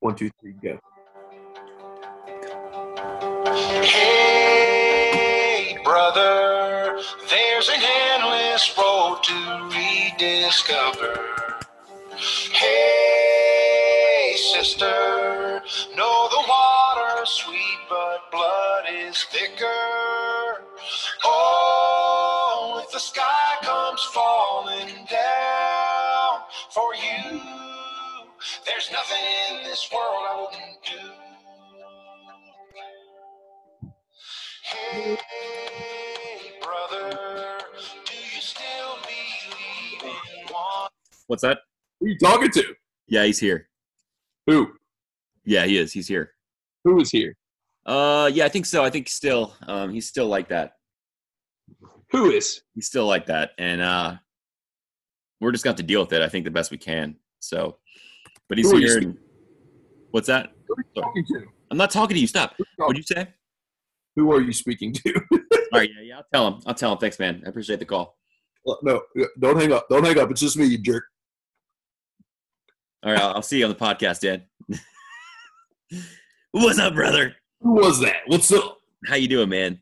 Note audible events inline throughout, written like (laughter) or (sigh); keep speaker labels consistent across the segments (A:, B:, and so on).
A: One, two, three, go.
B: Hey, brother, there's an endless road to rediscover. Hey, sister, know the water's sweet, but blood is thicker. Oh, if the sky comes falling down for you, there's nothing in this world I wouldn't do. Hey, brother, do you still believe in one?
C: What's that?
A: Who are you talking to?
C: Yeah, he's here.
A: Who?
C: Yeah, he is. He's here.
A: Who is here?
C: Uh, yeah, I think so. I think still, um, he's still like that.
A: Who is?
C: He's still like that, and uh, we're just gonna have to deal with it. I think the best we can. So, but he's
A: Who are you
C: here. And, what's that?
A: Who are you talking to?
C: I'm not talking to you. Stop.
A: Who are
C: What'd
A: you,
C: you say?
A: who are you speaking to? (laughs)
C: All right. Yeah, yeah. I'll tell him. I'll tell him. Thanks, man. I appreciate the call.
A: no, don't hang up. Don't hang up. It's just me, you jerk.
C: All right. I'll, I'll see you on the podcast, Dan. (laughs) What's up, brother?
A: Who was that? What's up?
C: How you doing, man?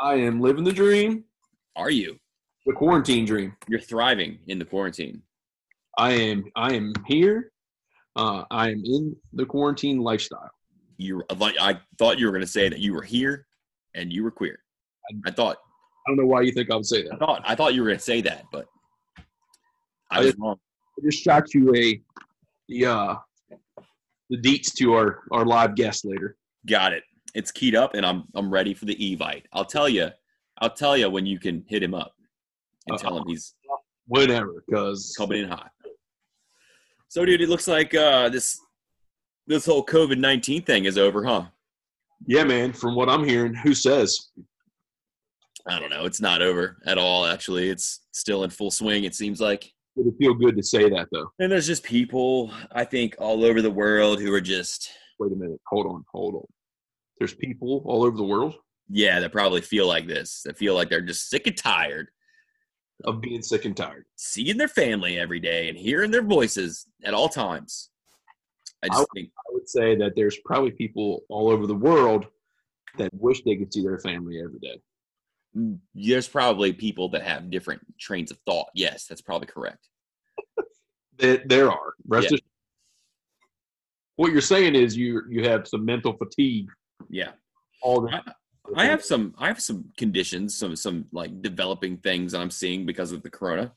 A: I am living the dream,
C: Are you?
A: the quarantine dream.
C: You're thriving in the quarantine.
A: I am. I am here. Uh, I am in the quarantine lifestyle.
C: You, I thought- I thought you were gonna say that you were here, and you were queer. I thought.
A: I don't know why you think I would say that.
C: I thought I thought you were gonna say that, but I
A: I
C: was wrong.
A: I just shot you a the uh, the deets to our our live guest later.
C: Got it. It's keyed up, and I'm I'm ready for the Evite. I'll tell you. I'll tell you when you can hit him up and tell him he's
A: Whatever, because
C: coming in hot. So, dude, it looks like uh, this this whole COVID nineteen thing is over, huh?
A: yeah, man. From what I'm hearing, who says?
C: I don't know. It's not over at all. Actually, it's still in full swing. It seems like.
A: Would it feel good to say that though?
C: And there's just people, I think, all over the world who are just,
A: Wait a minute. Hold on. Hold on. There's people all over the world
C: yeah, that probably feel like this. That feel like they're just sick and tired
A: of being sick and tired.
C: seeing their family every day and hearing their voices at all times. I just
A: I-
C: think,
A: I would say that there's probably people all over the world that wish they could see their family every day.
C: mm, there's probably people that have different trains of thought. Yes, that's probably correct.
A: There, there are. Rest
C: Yeah.
A: assured. what you're saying is you you have some mental fatigue.
C: Yeah,
A: All the
C: I have some, I have some conditions, some, some like developing things that I'm seeing because of the corona.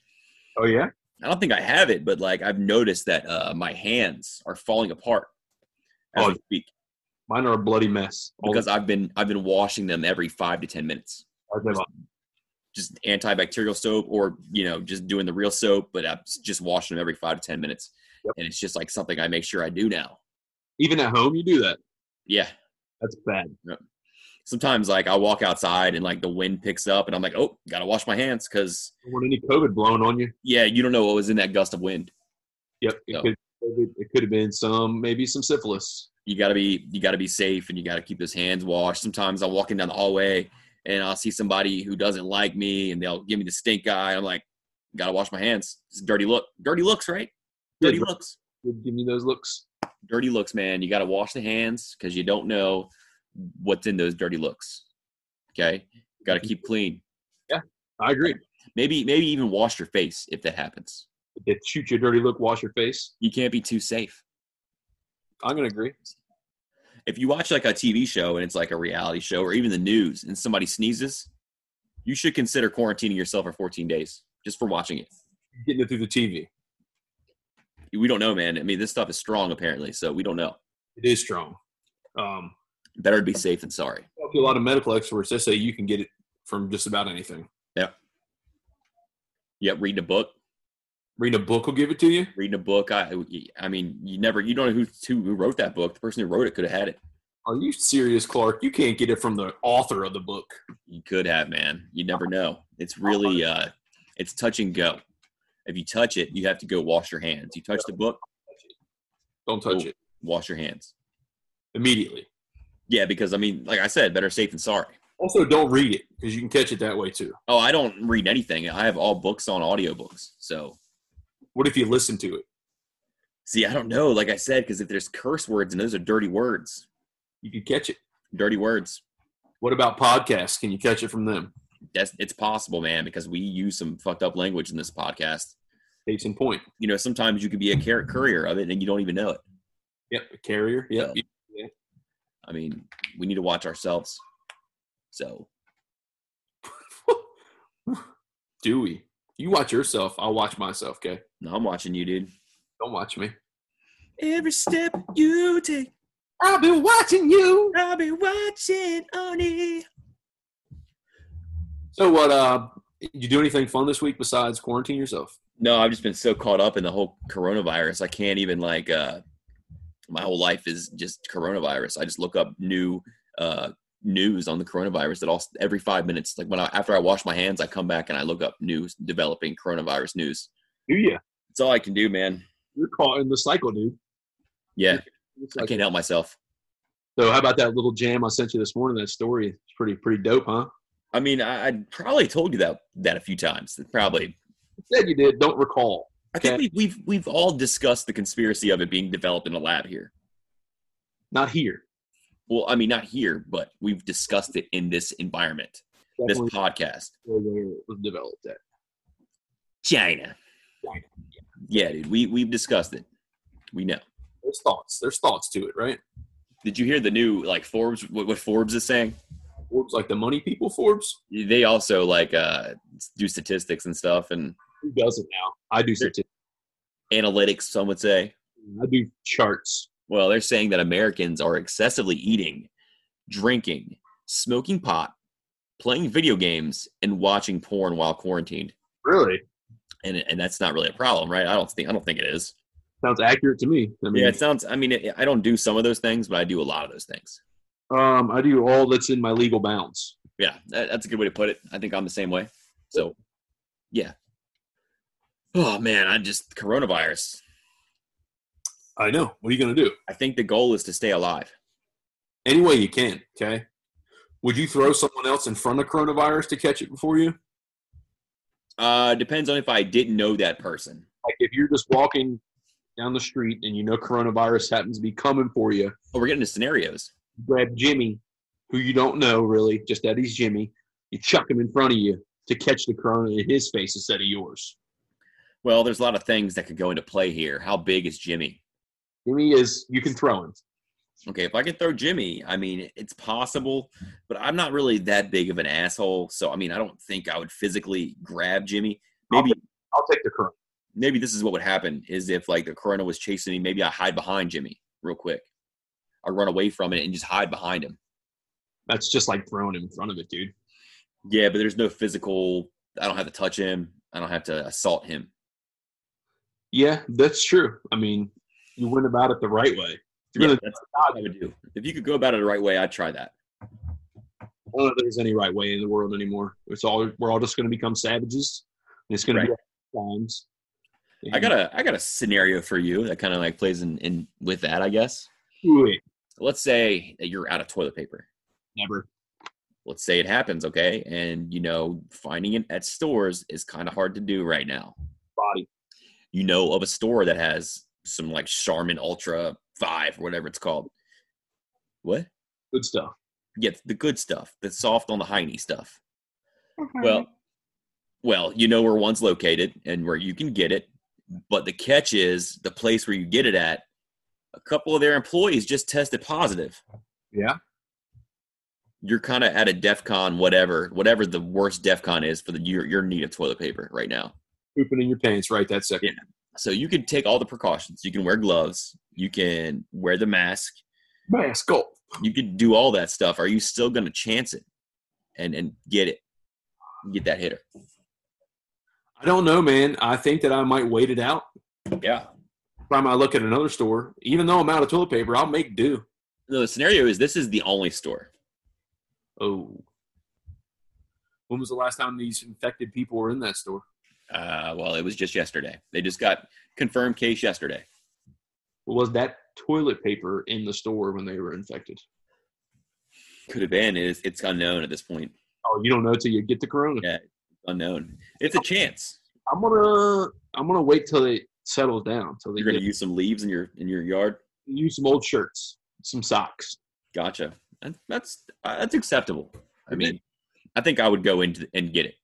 A: Oh yeah.
C: I don't think I have it, but like I've noticed that uh, my hands are falling apart as
A: Oh,
C: we speak
A: Mine are a bloody mess. All
C: because I've been, I've been washing them every five to ten minutes.
A: the time.
C: just antibacterial soap or you know just doing the real soap but i'm just washing them every five to ten minutes
A: Yep.
C: and it's just like something i make sure i do now
A: Even at home, you do that.
C: yeah
A: That's bad.
C: sometimes like i walk outside and like the wind picks up and i'm like oh gotta wash my hands because
A: Don't want any COVID blown on you?
C: yeah you don't know what was in that gust of wind
A: Yep. It
C: No.
A: could. It, it could have been some, maybe some syphilis.
C: you gotta be you gotta be safe and you gotta keep those hands washed sometimes i'm walking down the hallway and i'll see somebody who doesn't like me and they'll give me the stink eye i'm like gotta wash my hands it's a dirty look dirty looks right
A: Yeah,
C: dirty
A: bro.
C: looks
A: Give give me those looks.
C: dirty looks, man. You got to wash the hands because you don't know what's in those dirty looks. Okay, got to keep clean.
A: I agree.
C: Maybe maybe even wash your face if that happens.
A: If shoot you a dirty look, wash your face.
C: You can't be too safe.
A: I'm gonna agree.
C: If you watch like a TV show and it's like a reality show or even the news and somebody sneezes, you should consider quarantining yourself for 14 days just for watching it.
A: Getting it through the TV.
C: We don't know, man. I mean, this stuff is strong apparently, so we don't know.
A: It is strong. Um,
C: Better to be safe than sorry.
A: talk to a lot of medical experts. They say you can get it from just about anything.
C: Yep, reading a book,
A: Reading a book will give it to you.
C: reading a book. I, I mean, you never, you don't know who, who wrote that book. The person who wrote it could have had it.
A: Are you serious, Clark? You can't get it from the author of the book.
C: You could have, man. You never know. It's really uh it's touch and go. If you touch it, you have to go wash your hands. You touch the book,
A: Don't touch
C: Oh.
A: it
C: wash your hands.
A: immediately.
C: Yeah, because I mean, like I said, better safe than sorry.
A: Also, don't read it because you can catch it that way too.
C: Oh, I don't read anything. I have all books on audiobooks. So
A: What if you listen to it?
C: See, I don't know. Like I said, because if there's curse words and those are dirty words,
A: You could catch it.
C: dirty words.
A: What about podcasts? Can you catch it from them?
C: That's it's possible, man, because we use some fucked up language in this podcast.
A: Case in point.
C: You know, sometimes you could be a carrot courier of it and you don't even know it.
A: Yep. A carrier. Yep.
C: I mean, we need to watch ourselves. So
A: (laughs) Dewey. You watch yourself. I'll watch myself. Okay.
C: no, I'm watching you, dude.
A: Don't watch me.
C: Every step you take,
A: I've been watching you.
C: I'll be watching Oni.
A: So what? Uh, you do anything fun this week besides quarantine yourself?
C: No, I've just been so caught up in the whole coronavirus. I can't even like uh my whole life is just coronavirus. I just look up new uh news on the coronavirus that all every 5 minutes like when I after I wash my hands, I come back and I look up news developing coronavirus news.
A: Do you?
C: It's all I can do, man.
A: You're caught in the cycle, dude.
C: Yeah,
A: It's
C: I
A: like-
C: can't help myself.
A: So how about that little jam I sent you this morning? That story. It's pretty pretty dope, huh?
C: I mean, I, I probably told you that that a few times. Probably
A: You said you did. Don't recall.
C: I think
A: Okay.
C: we, we've we've all discussed the conspiracy of it being developed in a lab here.
A: Not here.
C: Well, I mean, not here, but we've discussed it in this environment, this
A: Definitely
C: podcast.
A: where it was developed at.
C: China.
A: China,
C: Yeah, dude, we we've discussed it. We know.
A: There's thoughts. There's thoughts to it, right?
C: Did you hear the new like Forbes? What, what Forbes is saying?
A: Forbes, like the money people. Forbes.
C: They also like uh, do statistics and stuff and
A: Who doesn't now? I do statistics.
C: analytics. Some would say.
A: I do charts.
C: Well, they're saying that Americans are excessively eating, drinking, smoking pot, playing video games, and watching porn while quarantined.
A: Really?
C: And and that's not really a problem, right? I don't think I don't think it is.
A: Sounds accurate to me. I mean,
C: yeah, it sounds. I mean, it, I don't do some of those things, but I do a lot of those things.
A: um, I do all that's in my legal bounds.
C: Yeah, that, that's a good way to put it. I think I'm the same way. So, yeah. Oh man, I just coronavirus.
A: I know. What are you gonna do?
C: I think the goal is to stay alive.
A: Any way you can. Okay. Would you throw someone else in front of coronavirus to catch it before you?
C: Uh, depends on if I didn't know that person.
A: Like if you're just walking down the street and you know coronavirus happens to be coming for you,
C: Oh, we're getting to scenarios.
A: grab Jimmy, who you don't know really, just that he's Jimmy. You chuck him in front of you to catch the corona in his face instead of yours.
C: Well, there's a lot of things that could go into play here. How big is Jimmy?
A: Jimmy is you can throw him.
C: Okay, if I could throw Jimmy, I mean, it's possible, but I'm not really that big of an asshole. So, I mean, I don't think I would physically grab Jimmy. Maybe,
A: I'll take the corona.
C: maybe this is what would happen is if like the Corona was chasing me, maybe I hide behind Jimmy real quick. I run away from it and just hide behind him.
A: That's just like throwing him in front of it, dude.
C: Yeah, but there's no physical, I don't have to touch him. I don't have to assault him.
A: Yeah, that's true. I mean, you went about it the right way. If you're
C: Yeah,
A: gonna
C: that's what
A: dodge
C: I
A: it,
C: would do. If you could go about it the right way, I'd try that.
A: I don't know if there's any right way in the world anymore. It's all we're all just gonna become savages. And it's gonna be times.
C: I got a I got a scenario for you that kind of like plays in, in with that, I guess.
A: it.
C: Let's say that you're out of toilet paper.
A: Never.
C: Let's say it happens, okay? And you know, finding it at stores is kind of hard to do right now.
A: Body.
C: You know of a store that has some like Charmin Ultra 5 or whatever it's called. What?
A: Good stuff.
C: Yeah, the good stuff, the soft on the hiney stuff. Well, well, you know where one's located and where you can get it, but the catch is the place where you get it at. A couple of their employees just tested positive.
A: Yeah.
C: You're kind of at a DEF CON, whatever, whatever the worst DEF CON is for the your your need of toilet paper right now.
A: Pooping in your pants right that second.
C: So you can take all the precautions. You can wear gloves. You can wear the mask.
A: Mask off.
C: You could do all that stuff. Are you still going to chance it and and get it, get that hitter?
A: I don't know, man. I think that I might wait it out.
C: Yeah.
A: Time I look at another store, even though I'm out of toilet paper, I'll make do.
C: No, the scenario is this is the only store.
A: Oh. When was the last time these infected people were in that store?
C: Uh, well, it was just yesterday. They just got confirmed case yesterday.
A: Was that toilet paper in the store when they were infected?
C: Could have been. It's, it's unknown at this point.
A: Oh, you don't know till you get the corona.
C: Yeah. Unknown. It's a chance.
A: I'm gonna I'm gonna wait till they settles down. So they
C: You're going
A: get,
C: to use some leaves in your in your yard.
A: use some old shirts, some socks.
C: Gotcha. That- That's uh, that's acceptable. I
A: Okay.
C: mean, I think I would go into and get it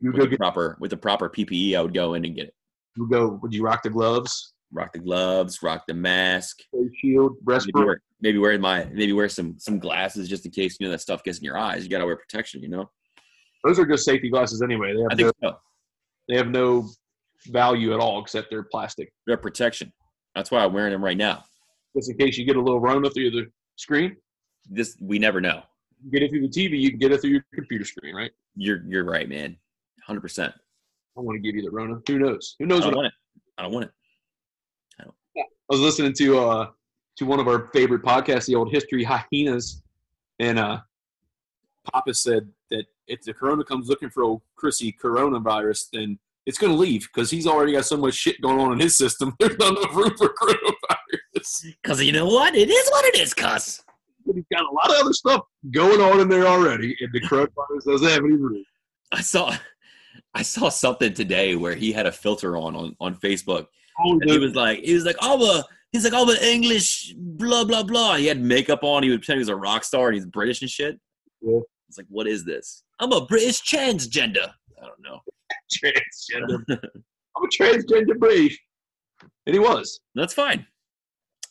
A: You
C: with
A: go
C: the
A: get,
C: proper with the proper PPE. I would go in and get it.
A: you go. Would you rock the gloves,
C: Rock the gloves, rock the mask.
A: face shield,
C: Maybe
A: respirator?
C: wear, maybe wear my maybe wear some some glasses just in case you know that stuff gets in your eyes. You got to wear protection. You know.
A: Those are just safety glasses anyway. They
C: I
A: have no,
C: think so.
A: they have no value at all except they're plastic.
C: They're protection. That's why I'm wearing them right now.
A: Just in case you get a little rona through the screen,
C: This we never know.
A: you get it through the TV, you can get it through your computer screen, right?
C: You're you're right, man. Hundred percent.
A: I want to give you the rona. Who knows? Who
C: I
A: knows what
C: don't want it. I don't want it.
A: I was listening to uh to one of our favorite podcasts, the old History Hyenas, and uh Papa said that if the Corona comes looking for Chrissy coronavirus, then it's going to leave because he's already got so much shit going on in his system. (laughs) There's not enough room for coronavirus.
C: Cause you know what? It is what it is. Cuz
A: But he's got a lot of other stuff going on in there already, and the coronavirus doesn't have any room.
C: I saw (laughs) I saw something today where he had a filter on on, on Facebook,
A: Oh,
C: and he was like he was like all the he's like all the English blah blah blah. He had makeup on. He would pretend he was a rock star and he's British and shit.
A: Yeah.
C: It's like what is this? I'm a British transgender. I don't know.
A: transgender. (laughs) I'm a transgender brief. And he was.
C: That's fine.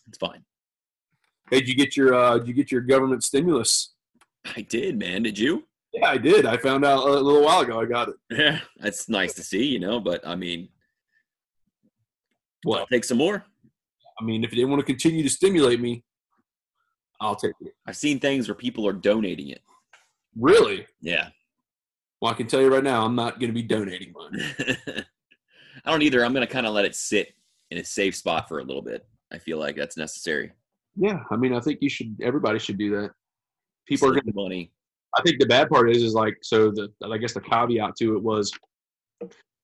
C: It's fine.
A: Hey, did you get your uh, did you get your government stimulus
C: I did, man. Did you?
A: Yeah, I did. I found out a little while ago. I got it.
C: Yeah, that's nice to see, you know. But I mean,
A: What?
C: I'll take some more.
A: I mean, if they want to continue to stimulate me, I'll take it.
C: I've seen things where people are donating it.
A: Really?
C: Yeah,
A: Well, I can tell you right now, I'm not going to be donating mine.
C: (laughs) I don't either. I'm gonna kind of let it sit in a safe spot for a little bit. I feel like that's necessary.
A: Yeah, I mean, I think you should. Everybody should do that. People are
C: Save
A: going. to
C: money.
A: I think the bad part is, is like, so the I guess the caveat to it was,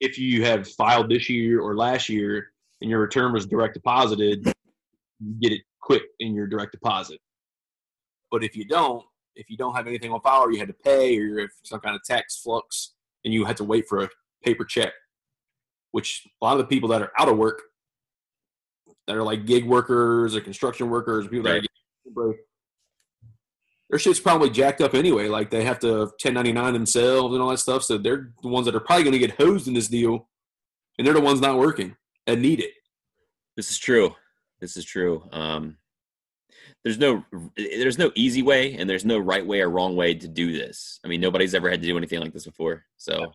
A: if you have filed this year or last year and your return was direct deposited, you get it quick in your direct deposit. But if you don't, if you don't have anything on file, or you had to pay, or you're in some kind of tax flux, and you had to wait for a paper check, which a lot of the people that are out of work, that are like gig workers or construction workers, people that are
C: Right.
A: getting break, their shit's probably jacked up anyway. Like they have to 1099 themselves and all that stuff. So they're the ones that are probably going to get hosed in this deal, and they're the ones not working and need it.
C: This is true. This is true. Um, there's no there's no easy way, and there's no right way or wrong way to do this. I mean, nobody's ever had to do anything like this before. So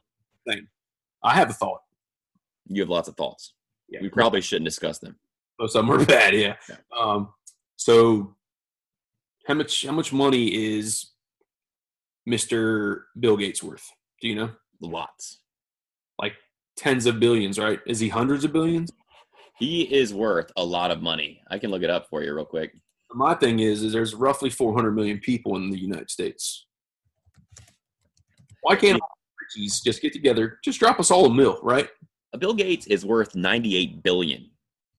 A: I have a thought.
C: you have lots of thoughts.
A: Yeah.
C: We probably shouldn't discuss them.
A: Most of them are (laughs) bad. Yeah.
C: Yeah.
A: Um, so how much how much money is Mr. Bill Gates worth? Do you know?
C: Lots.
A: Tens of billions, right? Is he hundreds of billions?
C: He is worth a lot of money. I can look it up for you real quick.
A: My thing is, is there's roughly 400 million people in the United States. Why can't all the Rickies just get together? Just drop us all a mill, right?
C: Uh, Bill Gates is worth 98 billion.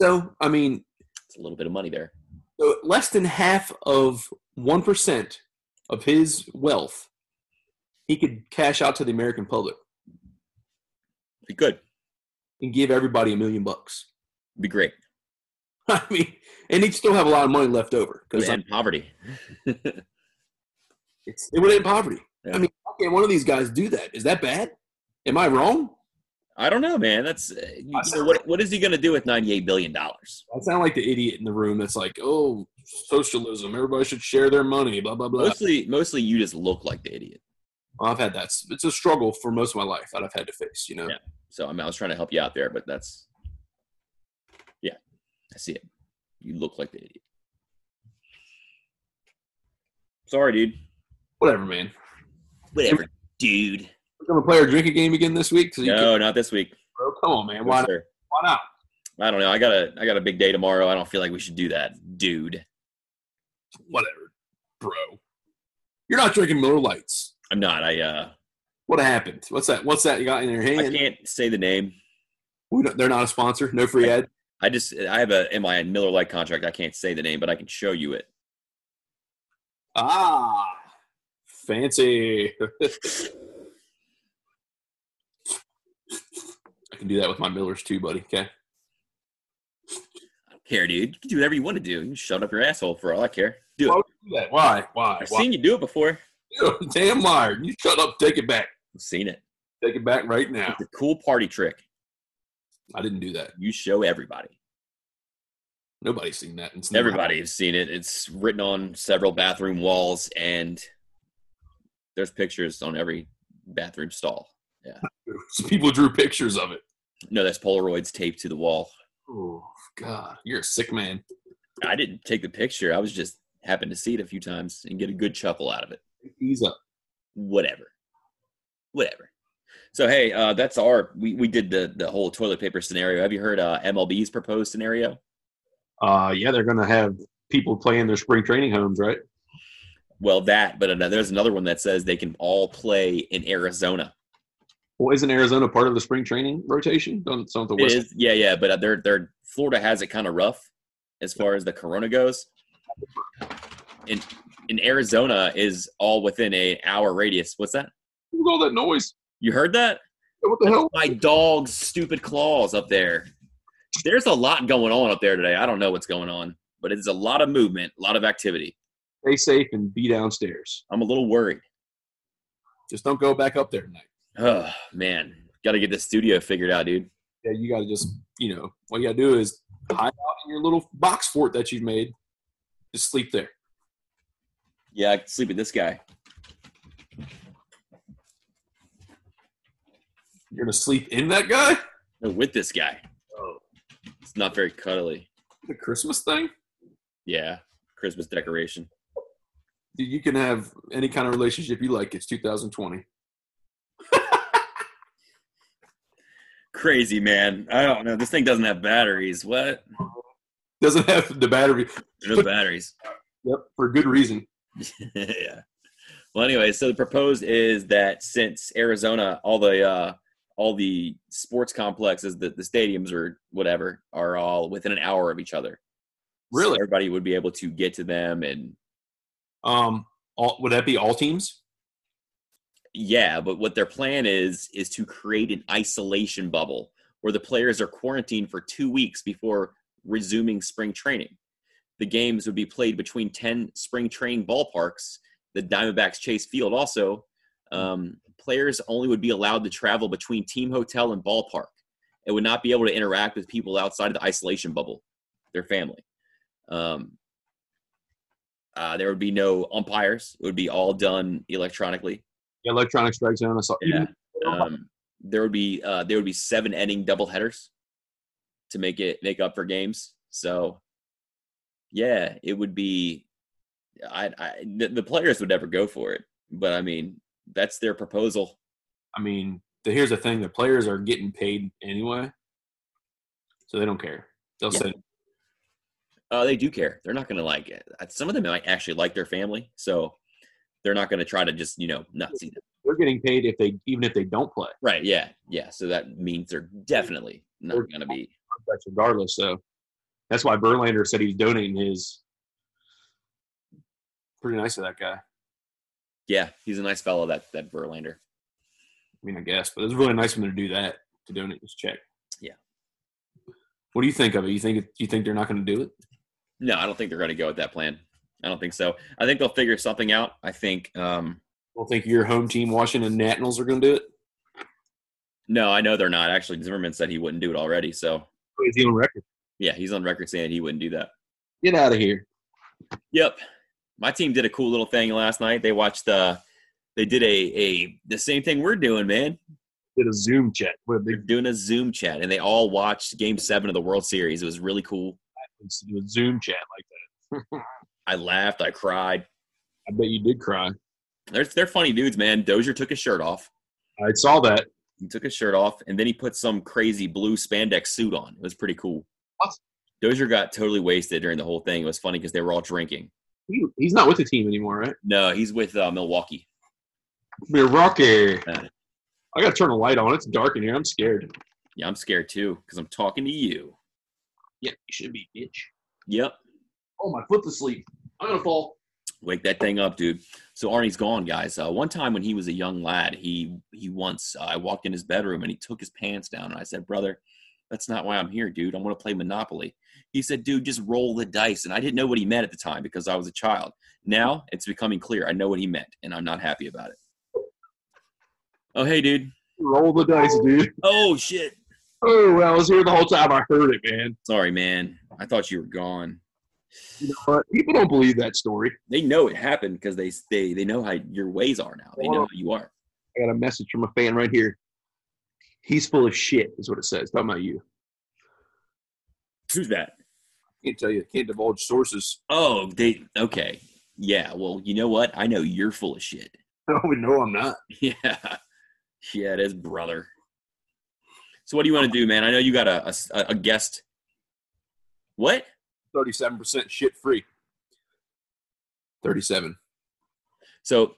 A: So I mean,
C: It's a little bit of money there.
A: So less than half of one percent of his wealth, he could cash out to the American public
C: Be good.
A: and give everybody a million bucks. (laughs)
C: Be great.
A: I mean, and he'd still have a lot of money left over because
C: Because end poverty.
A: it's it would end poverty.
C: Yeah.
A: I mean, how can one of these guys do that? Is that bad? Am I wrong?
C: I don't know, man. That's uh, you
A: I
C: know,
A: saw-
C: what. What is he going to do with 98 billion dollars?
A: I sound like the idiot in the room that's like, "Oh, socialism. Everybody should share their money." Blah blah blah.
C: Mostly, mostly you just look like the idiot.
A: Well, I've had that. It's a struggle for most of my life that I've had to face. You know.
C: Yeah. So I mean, I was trying to help you out there, but that's yeah, I see it. You look like the idiot. Sorry, dude.
A: Whatever, man.
C: Whatever, dude.
A: We're gonna play our drinking game again this week. So you can,
C: No, not this week.
A: bro, come on, man. Why,
C: Sir.
A: why not?
C: I don't know. I got a I got a big day tomorrow. I don't feel like we should do that, dude.
A: whatever, bro. You're not drinking Miller Lights.
C: I'm not. I uh
A: What happened? What's that? What's that you got in your
C: I
A: hand?
C: can't say the name.
A: We don't, they're not a sponsor. No free (laughs) ad.
C: I just I have a MI and Miller Lite contract. I can't say the name, but I can show you it.
A: Ah, fancy. I can do that with my Millers too, buddy. Okay.
C: care, dude. You can do whatever you want to do. You can shut up your asshole for all I care. Do
A: Why
C: it.
A: would you do that? Why? Why?
C: I've
A: Why?
C: seen you do it before.
A: You're a (laughs) damn liar. You shut up. Take it back.
C: I've seen it.
A: Take it back right now.
C: It's a cool party trick.
A: I didn't do that.
C: You show everybody.
A: Nobody's seen that. It's never
C: Everybody has seen it. It's written on several bathroom walls, and there's pictures on every bathroom stall.
A: happened. Some (laughs) people drew pictures of it.
C: No, that's Polaroids taped to the wall.
A: Oh God, you're a sick man.
C: I didn't take the picture. I was just happened to see it a few times and get a good chuckle out of it.
A: He's up.
C: Whatever, whatever. So hey, uh, that's our we, we did the the whole toilet paper scenario. Have you heard uh, MLB's proposed scenario?
A: Uh, yeah, they're gonna have people playing their spring training homes, right?
C: Well, that, but another, there's another one that says they can all play in Arizona.
A: Well, isn't Arizona part of the spring training rotation? Don't don't the
C: It
A: West
C: is, yeah, yeah, but uh, they're they're Florida has it kind of rough as far as the corona goes. In in Arizona is all within a hour radius. What's that?
A: What's all that noise?
C: You heard that?
A: What the hell?
C: My dog's stupid claws up there. There's a lot going on up there today. I don't know what's going on, but it's a lot of movement, a lot of activity.
A: Stay safe and be downstairs.
C: I'm a little worried.
A: Just don't go back up there tonight.
C: Oh man, got to get this studio figured out, dude.
A: Yeah, you gotta just you know what you gotta do is hide out in your little box fort that you've made. Just sleep there.
C: Yeah, I can sleep with this guy.
A: You're gonna sleep in that guy.
C: No, with this guy.
A: Oh,
C: It's not very cuddly.
A: the Christmas thing.
C: Yeah, Christmas decoration.
A: Dude, you can have any kind of relationship you like. It's 2020.
C: crazy man i don't know this thing doesn't have batteries what
A: Doesn't have the battery.
C: no batteries (laughs)
A: Yep, for good reason.
C: yeah well anyway so the proposed is that since arizona all the uh all the sports complexes the, the stadiums or whatever are all within an hour of each other So
A: Really?
C: everybody would be able to get to them and
A: Um, all, would that be all teams?
C: yeah but what their plan is is to create an isolation bubble where the players are quarantined for two weeks before resuming spring training the games would be played between 10 spring training ballparks the diamondbacks chase field also um, players only would be allowed to travel between team hotel and ballpark and would not be able to interact with people outside of the isolation bubble their family um, uh, there would be no umpires it would be all done electronically
A: Yeah, electronic strike zone. I saw.
C: yeah. Um, there would be uh, there would be seven inning double headers to make it make up for games. So yeah, it would be. I, I the, the players would never go for it, but I mean that's their proposal.
A: I mean, the, here's the thing: the players are getting paid anyway, so they don't care. They'll
C: Yeah.
A: say,
C: Uh, they do care. They're not going to like it. Some of them might actually like their family, so they're not going to try to just you know not see them.
A: they're getting paid if they even if they don't play,
C: Right? Yeah, yeah. So that means they're definitely not going to be.
A: That's regardless. So that's why Verlander said he's donating his. Pretty nice of that guy. I
C: Yeah, he's a nice fellow. That that Verlander.
A: mean, I guess, but it's really nice of him to do that to donate his check.
C: Yeah.
A: What do you think of it? You think it- you think they're not going to do it?
C: No, I don't think they're going to go with that plan. I don't think so. I think they'll figure something out. I think. Um,
A: Don't think your home team, Washington Nationals, are going to do it?
C: no, I know they're not. Actually, Zimmerman said he wouldn't do it already. So
A: He's on record.
C: yeah, he's on record saying he wouldn't do that.
A: Get out of here.
C: Yep. My team did a cool little thing last night. They watched. Uh, they did a a the same thing we're doing, man.
A: Did a Zoom chat. What a
C: They're
A: big
C: doing a Zoom chat, and they all watched Game Seven of the World Series. It was really cool.
A: difference to do a Zoom chat like that.
C: I laughed. I cried.
A: I bet you did cry.
C: They're they're funny dudes, man. Dozier took his shirt off.
A: I saw that.
C: he took his shirt off and then he put some crazy blue spandex suit on. It was pretty cool.
A: What?
C: Dozier got totally wasted during the whole thing. It was funny because they were all drinking.
A: He, he's not with the team anymore, right?
C: No, he's with uh, Milwaukee.
A: We're rocky.
C: Yeah.
A: I gotta turn a light on. It's dark in here. I'm scared.
C: Yeah, I'm scared too because I'm talking to you.
A: Yeah, you should be, bitch.
C: Yep.
A: Oh, my foot's asleep. I'm gonna fall.
C: Wake that thing up, dude. So Arnie's gone, guys. Uh, one time when he was a young lad, he he once uh, I walked in his bedroom and he took his pants down and I said, "Brother, That's not why I'm here, dude. I want to play Monopoly. He said, dude, just roll the dice. And I didn't know what he meant at the time because I was a child. Now it's becoming clear. I know what he meant, and I'm not happy about it. Oh, hey, dude.
D: Roll the dice, dude.
C: Oh, shit.
D: Oh, I was here the whole time. I heard it, man.
C: Sorry, man. I thought you were gone.
D: You know what? People don't believe that story.
C: They know it happened because they, they, they know how your ways are now. They know how you are.
D: I got a message from a fan right here. He's full of shit, is what it says. Talking about you.
C: Who's that?
A: Can't tell you. Can't divulge sources.
C: Oh, they okay. Yeah, well, you know what? I know you're full of shit.
A: (laughs) No, Oh, no, I'm not.
C: (laughs) Yeah, yeah, it is, brother. So, what do you want to do, man? I know you got a a, a guest. What?
A: Thirty-seven percent shit free. Thirty-seven.
C: So,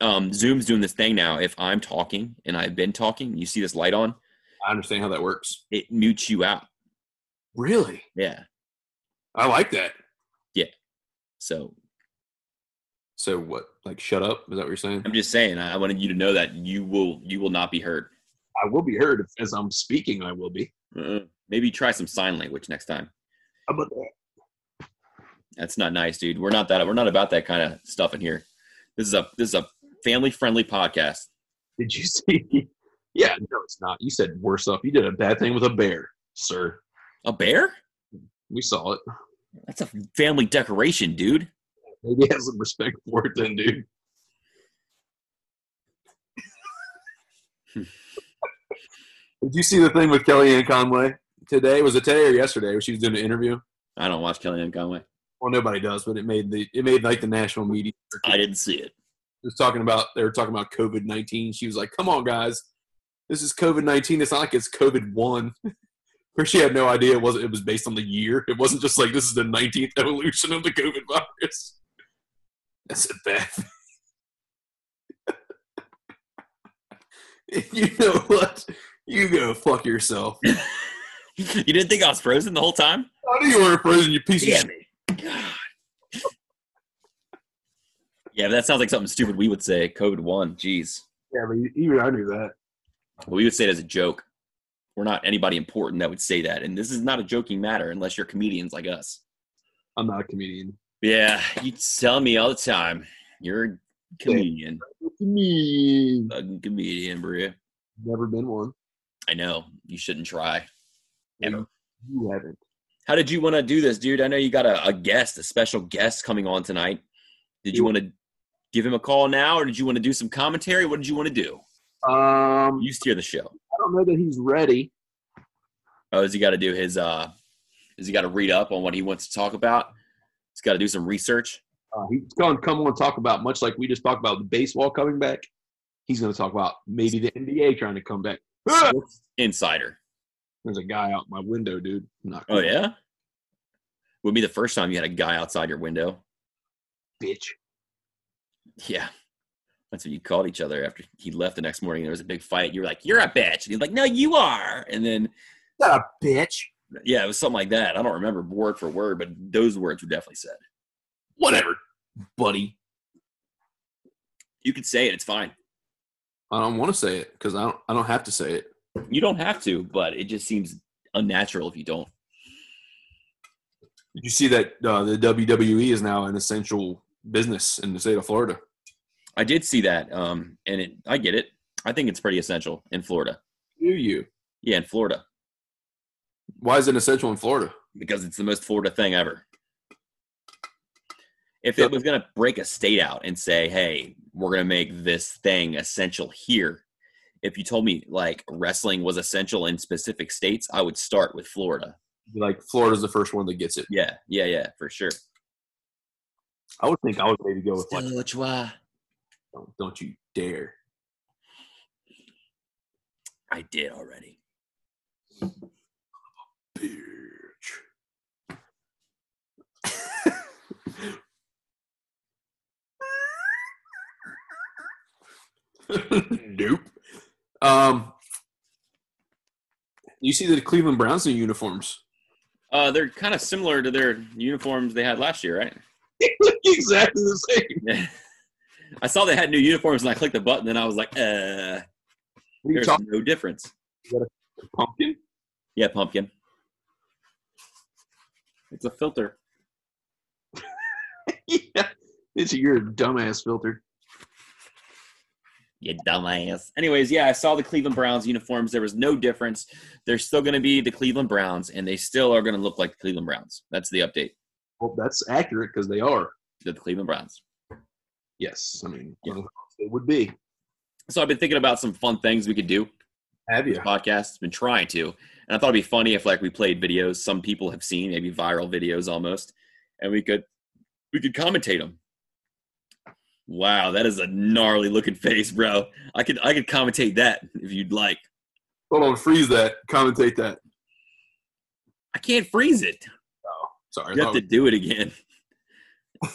C: um, Zoom's doing this thing now. If I'm talking and I've been talking, you see this light on,
A: I understand how that works.
C: it mutes you out.
A: Really?
C: Yeah.
A: I like that.
C: So
A: So what? Like, shut up? Is that what you're saying?
C: I'm just saying, I I wanted you to know that you will you will not be heard.
D: I will be heard if- as I'm speaking. I will be.
C: Uh-uh. Maybe try some sign language next time.
D: How about that?
C: That's not nice, dude. We're not that. We're not about that kind of stuff in here. This is a this is a family friendly podcast.
D: Did you see? (laughs) Yeah, no, it's not. You said worse stuff. You did a bad thing with a bear, sir.
C: A bear?
D: We saw it.
C: That's a family decoration, dude.
D: Maybe have some respect for it, then, dude.
A: Did you see the thing with Kellyanne Conway today? Was it today or yesterday? Where she was doing an interview?
C: I don't watch Kellyanne Conway.
A: Well, nobody does, but it made the it made like the national media.
C: I didn't see it. (laughs)
A: It was talking about they were talking about COVID nineteen. She was like, "Come on, guys, this is COVID nineteen. It's not like it's COVID one." (laughs) Where she had no idea it was it was based on the year. It wasn't just like this is the nineteenth evolution of the COVID virus. That's a bad. thing. (laughs) you know what? You go fuck yourself.
C: you didn't think I was frozen the whole time?
A: How do you order frozen? You piece of shit.
C: it. God. Yeah, but that sounds like something stupid we would say. COVID one. Jeez.
D: Yeah, but even I knew that.
C: But we would say it as a joke. We're not anybody important that would say that. And this is not a joking matter unless you're comedians like us.
D: I'm not a comedian.
C: Yeah, you tell me all the time. You're a comedian.
D: Me,
C: Fucking comedian, bro.
D: never been one.
C: I know. You shouldn't try. Ever.
D: You haven't.
C: How did you want to do this, dude? I know you got a, a guest, a special guest coming on tonight. Did you want to give him a call now or did you want to do some commentary? What did you want to do?
D: Um,
C: You steer the show.
D: I don't know that he's ready.
C: Oh, has he got to do his, uh, has he got to read up on what he wants to talk about? He's got to do some research.
D: Uh, he's going to come on and talk about much like we just talked about the baseball coming back. He's going to talk about maybe the NBA trying to come back. Ah!
C: Insider.
D: There's a guy out my window, dude. Not
C: Oh, yeah? Would be the first time you had a guy outside your window.
D: bitch.
C: Yeah. That's what you called each other after he left the next morning. There was a big fight. You were like, you're a bitch. And he's like, no, you are. And then
D: Not a bitch.
C: Yeah, it was something like that. I don't remember word for word, but those words were definitely said.
A: Whatever, buddy.
C: You could say it, it's fine.
A: I don't want to say it because I don't. I don't have to say it.
C: You don't have to, but it just seems unnatural if you don't.
A: Did you see that uh, the WWE is now an essential business in the state of Florida?
C: I did see that, um, and it, I get it. I think it's pretty essential in Florida.
A: Do you?
C: Yeah, in Florida,
A: Why is it essential in Florida?
C: because it's the most Florida thing ever. If it was going to break a state out and say, hey, we're going to make this thing essential here, if you told me like wrestling was essential in specific states, I would start with Florida.
A: Like Florida's the first one that gets it.
C: Yeah, yeah, yeah, for sure.
D: I would think I would maybe go with like,
A: Don't, oh, don't you dare! (laughs)
C: I did already.
A: Bitch. nope. Um, you see the Cleveland Browns new uniforms.
C: Uh, they're kind of similar to their uniforms they had last year, right?
D: (laughs) exactly the same.
C: Yeah. (laughs) I saw they had new uniforms and I clicked the button and I was like, uh,
D: What are you
C: there's
D: talking
C: no difference.
D: pumpkin? (laughs)
C: Yeah, pumpkin. It's a filter.
D: yeah. It's your dumbass filter.
C: You dumbass. Anyways, yeah, I saw the Cleveland Browns uniforms. There was no difference. They're still going to be the Cleveland Browns, and they still are going to look like the Cleveland Browns. That's the update.
D: Well, that's accurate because they are.
C: They're the Cleveland Browns.
D: Yes. I mean,
C: Yeah.
D: it would be.
C: So I've been thinking about some fun things we could do
D: Have you?
C: this podcast. Been trying to, and I thought it'd be funny if like we played videos some people have seen, maybe viral videos almost, and we could we could commentate them. Wow, that is a gnarly looking face, bro. I could I could commentate that if you'd like.
A: Hold on, freeze that. Commentate that.
C: I can't freeze it.
A: Sorry, I
C: You have
A: thought,
D: Oh,
C: to do it again. (laughs)
A: I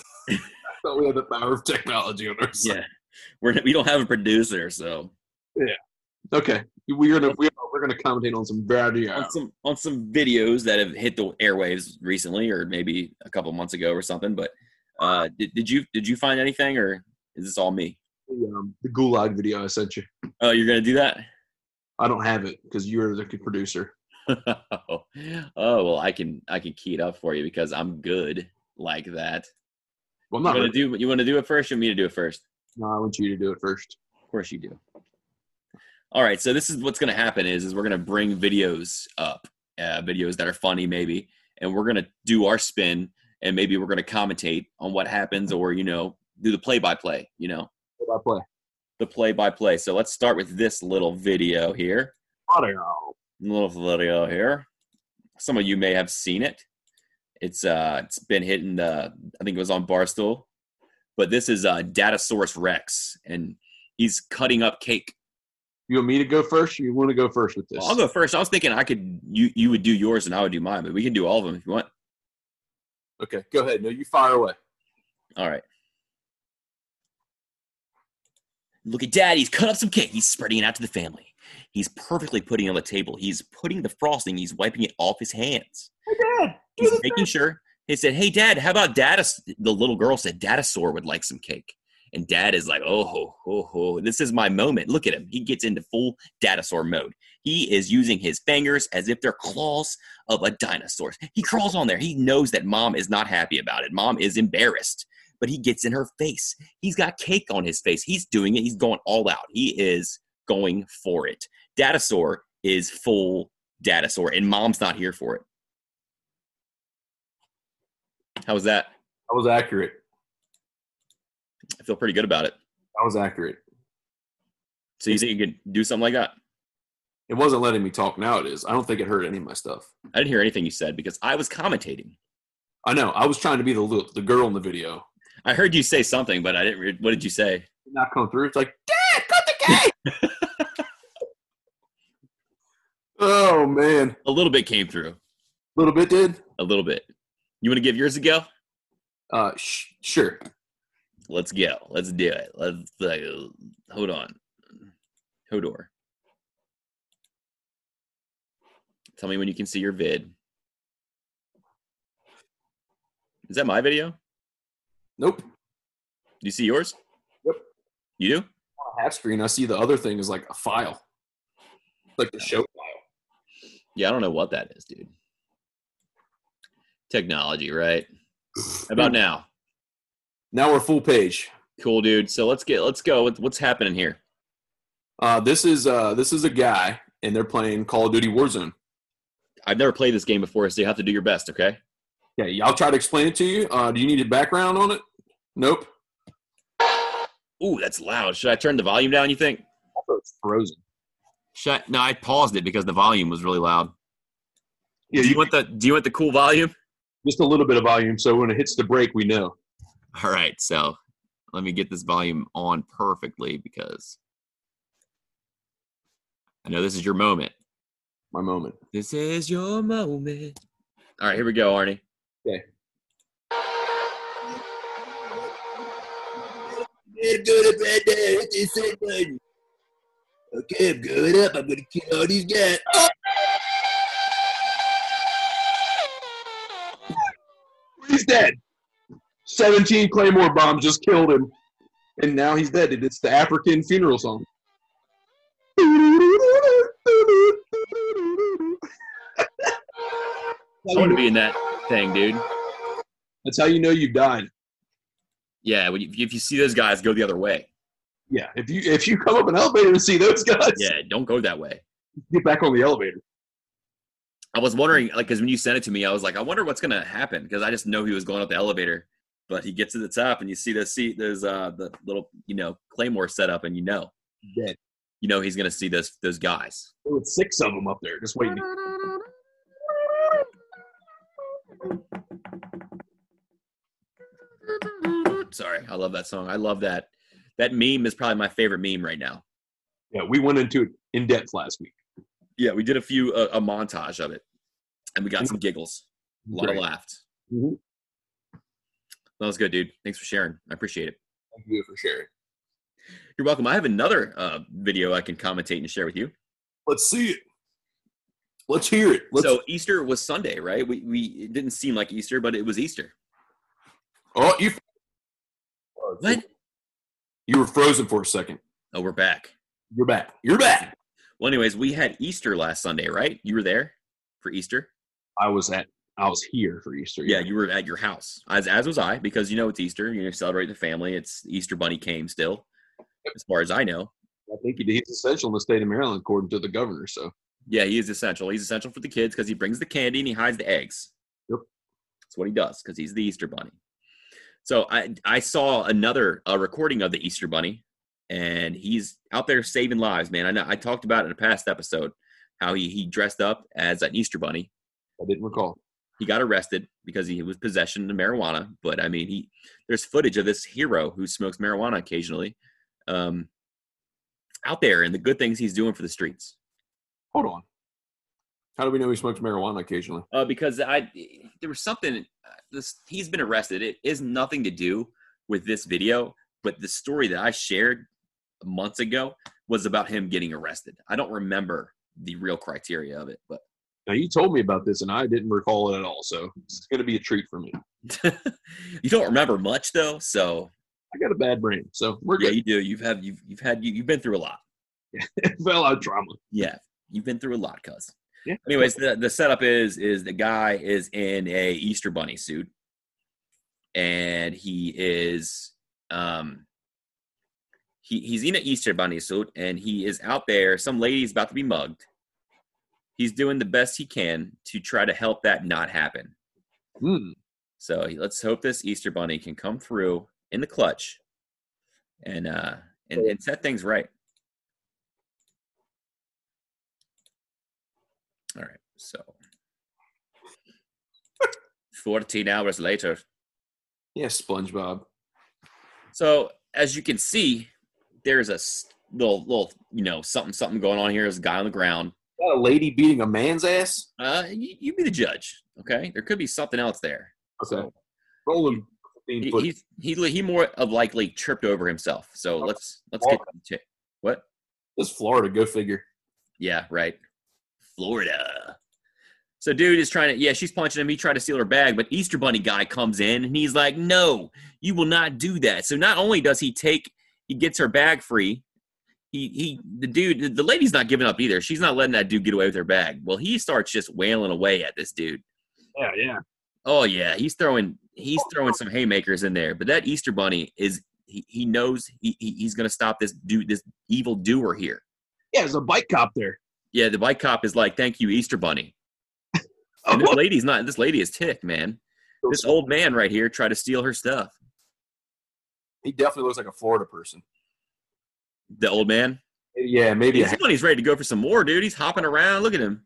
A: thought we had the power of technology on our side.
C: Yeah, we're we don't have a producer, so
D: Okay. We're gonna we're, we're gonna commentate on some bad yeah.
C: on some on some videos that have hit the airwaves recently, or maybe a couple months ago or something. But uh, did did you did you find anything, or is this all me?
D: the, um, the gulag video I sent you.
C: Oh, you're gonna do that?
D: I don't have it because you're the producer.
C: (laughs) oh well, I can I can key it up for you because I'm good like that.
D: Well,
C: You
D: I'm not.
C: want to
D: Really,
C: do you want to do it first? Or me to do it first?
D: no, I want you to do it first.
C: Of course you do. All right, so this is what's going to happen is is we're going to bring videos up, uh, videos that are funny maybe, and we're going to do our spin and maybe we're going to commentate on what happens or you know do the play by play, you know
D: Play by play.
C: the play by play. So let's start with this little video here,
D: Audio.
C: little video here. Some of you may have seen it. It's uh it's been hitting the I think it was on Barstool, but this is uh Datasaurus Rex and he's cutting up cake.
D: You want me to go first? Or you want to go first with this?
C: Well, I'll go first. I was thinking I could you you would do yours and I would do mine, but we can do all of them if you want.
A: Okay, go ahead. No, you fire away.
C: All right. Look at Dad. He's cut up some cake. He's spreading it out to the family. He's perfectly putting it on the table. He's putting the frosting. He's wiping it off his hands. Hey, Dad. He's making sure. He said, "Hey, Dad, how about Dadas?" The little girl said, "Dadasaur would like some cake." And Dad is like, "Oh ho ho ho! This is my moment. Look at him. He gets into full Dadasaur mode. He is using his fingers as if they're claws of a dinosaur. He crawls on there. He knows that Mom is not happy about it. Mom is embarrassed." but he gets in her face. He's got cake on his face. He's doing it. He's going all out. He is going for it. Datasaur is full Datasaur, and mom's not here for it. How was that?
A: That was accurate.
C: I feel pretty good about it.
A: That was accurate.
C: So you think you could do something like that?
A: It wasn't letting me talk. Now it is. I don't think it hurt any of my stuff.
C: I didn't hear anything you said because I was commentating.
A: I know. I was trying to be the little, the girl in the video.
C: I heard you say something, but I didn't. Re- what did you say?
A: Did not come through. It's like,
D: Dad, cut the cake.
A: oh man, a
C: A little bit came through.
A: little bit did.
C: A little bit. You want to give yours a go?
A: Uh, sh- sure.
C: Let's go. Let's do it. Let's uh, hold on. Hodor. Tell me when you can see your vid. Is that my video? Do
A: Nope.
C: you see yours?
A: Yep.
C: You do?
A: On half screen, I see the other thing is like a file, like the show file.
C: Yeah, I don't know what that is, dude. Technology,
A: (laughs)
C: right? How about now?
A: Now we're full page.
C: Cool, dude. So let's get let's go. What's- What's happening here?
A: Uh, this is uh, this is a guy, and they're playing Call of Duty Warzone.
C: I've never played this game before, so you have to do your best, okay?
A: Okay, I'll try to explain it to you. Uh, do you need a background on it? Nope.
C: Ooh, that's loud. Should I turn the volume down, you think?
D: Also, it's frozen.
C: Should I, no, I paused it because the volume was really loud.
D: Yeah,
C: do you
D: you,
C: want the Do you want the cool volume?
D: just a little bit of volume, so when it hits the break, we know.
C: (laughs) All right, so let me get this volume on perfectly because I know this is your moment.
A: My moment.
C: This is your moment. All right, here we go, Arnie.
E: Man, go to bed now. Hit the send button. Okay, I'm going up. I'm going to kill all these guys.
D: He's dead. Seventeen claymore bombs just killed him, and now he's dead. It's the African funeral song.
C: I want to be in that thing, dude.
D: That's how you know you've died.
C: Yeah, when you, if you see those guys go the other way,
D: Yeah. If you if you come up an elevator and see those guys,
C: yeah, don't go that way.
D: get back on the elevator.
C: I was wondering,
A: Mm.
C: like, because when you sent it to me, I was like, I wonder what's gonna happen because I just know he was going up the elevator, but he gets to the top and you see the seat, those uh, the little you know claymore set up, and you know,
D: Dead.
C: you know he's gonna see those those guys.
D: There was six of them up there just waiting.
C: Sorry, I love that song. I love that. That meme is probably my favorite meme right now.
D: Yeah, we went into it in depth last week.
C: Yeah, we did a few uh, a montage of it, and we got some giggles, a lot
D: Great.
C: of laughed.
D: Mhm.
C: That was good, dude. Thanks for sharing. I appreciate it.
A: Thank you for sharing.
C: You're welcome. I have another uh, video I can commentate and share with you.
A: Let's see it. Let's hear it. Let's,
C: so Easter was Sunday, right? We we it didn't seem like Easter, but it was Easter.
A: oh, you
D: Oh,
C: What?
A: you were frozen for a second.
C: Oh, we're back.
A: You're back. You're back.
C: Well, anyways, we had Easter last Sunday, right? You were there for Easter.
D: I was at I was here for Easter.
C: Yeah, you were at your house, as as was I, because you know it's Easter. You know, celebrate the family. It's Easter Bunny came still, as far as I know.
D: I think he did. he's essential in the state of Maryland according to the governor. So
C: Yeah, he is essential. He's essential for the kids because he brings the candy and he hides the eggs.
D: Yep.
C: That's what he does because he's the Easter Bunny. So I I saw another uh, recording of the Easter Bunny, and he's out there saving lives, man. I know I talked about it in a past episode how he he dressed up as an Easter Bunny.
D: I didn't recall.
C: He got arrested because he was possession of marijuana. But I mean, he there's footage of this hero who smokes marijuana occasionally, um, out there and the good things he's doing for the streets.
A: Hold on. How do we know he smokes marijuana occasionally?
C: uh, because I there was something. uh, This he's been arrested. It is nothing to do with this video, but the story that I shared months ago was about him getting arrested. I don't remember the real criteria of it, but (laughs)
D: Now you told me about this and I didn't recall it at all. So it's going to be a treat for me.
C: you don't remember much though. So
D: I got a bad brain, so we're
C: yeah,
D: good.
C: you do. You've have you've you've had you, you've been through a lot.
D: (laughs) Fell out of drama.
C: Yeah, you've been through a lot, cuz.
D: Yeah.
C: Anyways, the, the setup is is the guy is in a Easter bunny suit, and he is um he he's in an Easter bunny suit, and he is out there. Some lady's about to be mugged. He's doing the best he can to try to help that not happen.
D: Hmm.
C: So he- let's hope this Easter bunny can come through in the clutch, and uh and, and set things right. All right, so. 14 hours later.
A: Yeah, SpongeBob.
C: So, as you can see, there's a s- little, little, you know, something, something going on here. There's a guy on the ground.
A: Got a lady beating a man's ass.
C: Uh, you, you be the judge, okay? There could be something else there.
A: Okay.
C: So,
A: Roll him.
C: he,
A: 15 foot.
C: he's, he, he more of likely tripped over himself. So let's let's get to what?
A: This is Florida. Go figure.
C: Yeah, right. Florida. So dude is trying to yeah, she's punching him. He tried to steal her bag, but Easter Bunny guy comes in and he's like, "No, you will not do that." So not only does he take he gets her bag free, he he the dude the lady's not giving up either. She's not letting that dude get away with her bag. Well, he starts just wailing away at this dude.
D: Yeah, yeah.
C: Oh yeah, he's throwing he's throwing some haymakers in there. But that Easter Bunny is he, he knows he, he he's gonna stop this dude this evil doer here.
D: Yeah, there's a bike cop there.
C: Yeah, the white cop is like, "Thank you, Easter Bunny."
D: Oh, (laughs)
C: And (laughs) this lady's not. This lady is ticked, man. This old man right here tried to steal her stuff.
A: He definitely looks like a Florida person.
C: The old man.
A: Yeah, maybe. a-
C: Easter Bunny's ready to go for some more, dude. He's hopping around. Look at him,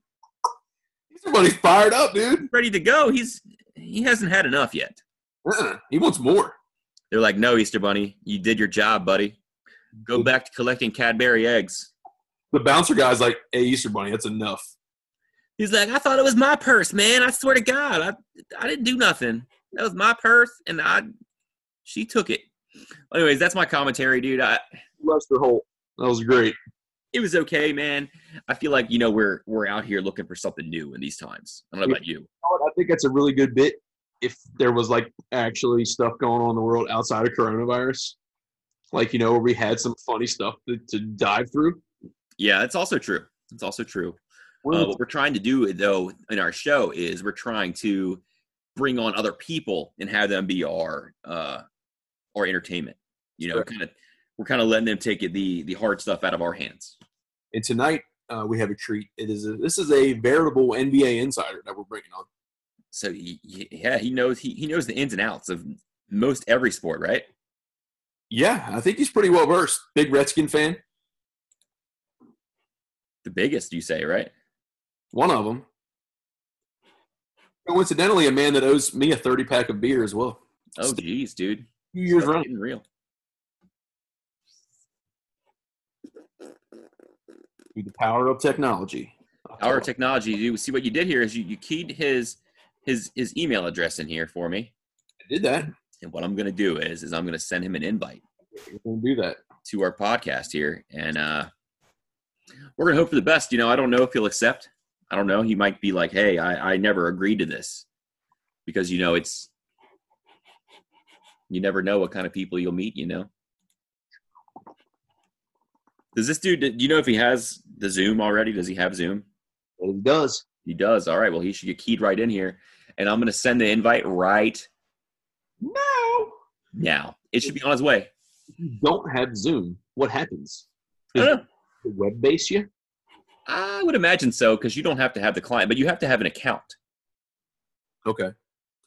A: Everybody's fired up, dude.
C: ready to go. He's he hasn't had enough yet.
A: Uh-uh. He wants more.
C: They're like, "No, Easter Bunny, you did your job, buddy. Go back to collecting Cadbury eggs."
A: The bouncer guy's like, "Hey, Easter Bunny, that's enough."
C: He's like, "I thought it was my purse, man. I swear to God, I I didn't do nothing. That was my purse, and I she took it." Anyways, that's my commentary, dude. I,
D: Lester Holt. That was great.
C: it was okay, man. I feel like you know we're we're out here looking for something new in these times. I don't know about you.
D: You know what? I think that's a really good bit. If there was like actually stuff going on in the world outside of coronavirus, like you know, where we had some funny stuff to, to dive through.
C: Yeah, it's also true. It's also true. Uh, what we're trying to do, though, in our show is we're trying to bring on other people and have them be our uh, our entertainment. You know,
A: Sure.
C: kind of we're kind of letting them take it, the the hard stuff out of our hands.
A: And tonight uh, we have a treat. It is a, this is a veritable NBA insider that we're bringing on.
C: So he, he- yeah, he knows he, he knows the ins and outs of most every sport, right?
A: Yeah, I think he's pretty well versed. Big Redskin fan,
C: The biggest, you say, right?
A: one of them. Coincidentally, a man that owes me a thirty pack of beer as well.
C: Oh, geez, dude,
A: Two years
C: That's
A: running.
C: getting real.
A: Through the power of technology.
C: Our technology. You see what you did here is you, you keyed his his his email address in here for me,
A: I did that.
C: and what I'm going to do is is I'm going to send him an invite.
A: We're gonna do that.
C: to our podcast here, and uh, we're gonna hope for the best. You know, I don't know if he'll accept. I don't know. He might be like, "Hey, I, I never agreed to this," because you know it's you never know what kind of people you'll meet. You know. Does this dude? Do you know if he has the Zoom already? Does he have Zoom?
F: Oh.
D: And he does.
C: He does. All right. Well, he should get keyed right in here, and I'm gonna send the invite right
A: No.
C: now. It should be on his way.
D: If you don't have Zoom, what happens?
C: I don't know.
D: They Web base you?
C: I would imagine so because you don't have to have the client, but you have to have an account.
A: Okay,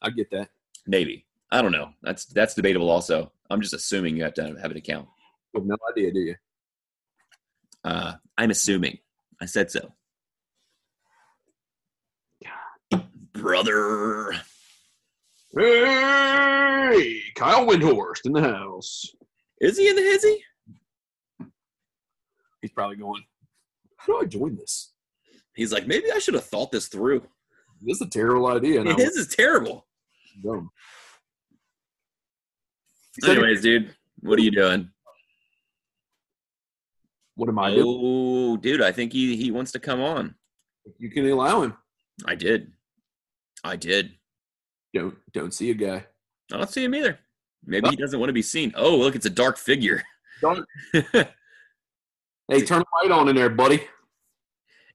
A: I get that.
C: Maybe. I don't know. That's that's debatable also. I'm just assuming you have to have an account.
A: You have no idea, do you?
C: Uh, I'm assuming. I said so. Brother.
D: Hey, Kyle Windhorst in the house.
C: Is he in the hizzy?
A: He's probably going. How do I join this?
C: He's like, maybe I should have thought this through.
A: This is a terrible idea.
C: (laughs)
A: And I was
C: His is terrible.
A: dumb. He said-
C: Anyways, dude, what are you doing?
A: what am I doing?
C: Oh, dude, I think he, he wants to come on.
A: You can allow him.
C: I did. I did.
A: Don't don't see a guy.
C: I don't see him either. Maybe he doesn't want to be seen. Oh, look, it's a dark figure.
A: Dark. Hey, turn the light on in there, buddy.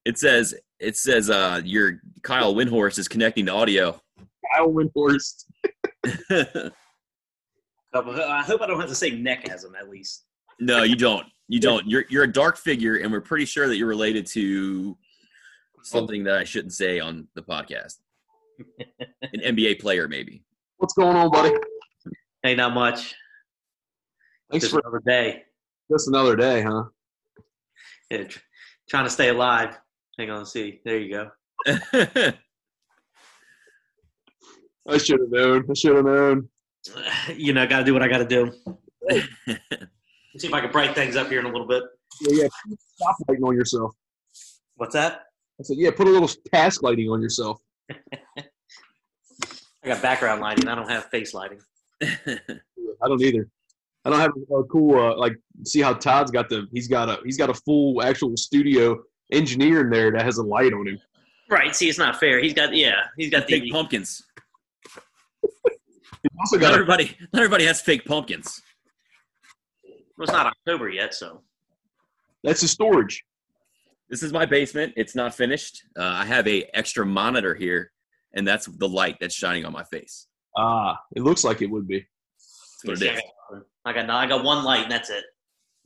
C: It says it says uh your Kyle Windhorse is connecting to audio. (laughs)
D: Kyle Windhorst.
F: uh, I hope I don't have to say neckasm at least.
C: no, you don't. You don't. You're you're a dark figure and we're pretty sure that you're related to something that I shouldn't say on the podcast. An NBA player maybe.
D: What's going on, buddy?
F: Hey, not much.
D: Thanks
F: Just
D: for
F: another day.
D: just another day, huh?
F: Yeah, tr- trying to stay alive. Hang on, let's see. There you go.
C: (laughs)
D: I should have known. I should have known.
F: (laughs) You know, got to do what I got to do. Let's (laughs) see if I can brighten things up here in a little bit.
D: Yeah, yeah. put Stop lighting on yourself.
F: What's that?
D: I said, yeah, put a little task lighting on yourself.
F: I got background lighting. I don't have face lighting.
D: I don't either. I don't have a cool uh, like. See how Todd's got the he's got a he's got a full actual studio engineer in there that has a light on him.
F: Right. See, it's not fair. He's got yeah. He's got
C: fake
F: the
C: (laughs) pumpkins.
D: He's also
C: Not
D: got a,
C: everybody not everybody has fake pumpkins.
F: well, it's not October yet, so
D: that's his storage.
C: This is my basement. It's not finished. Uh, I have a extra monitor here and that's the light that's shining on my face.
D: Ah, it looks like it would be.
C: That's what it is.
F: I got no. I got one light, and that's it.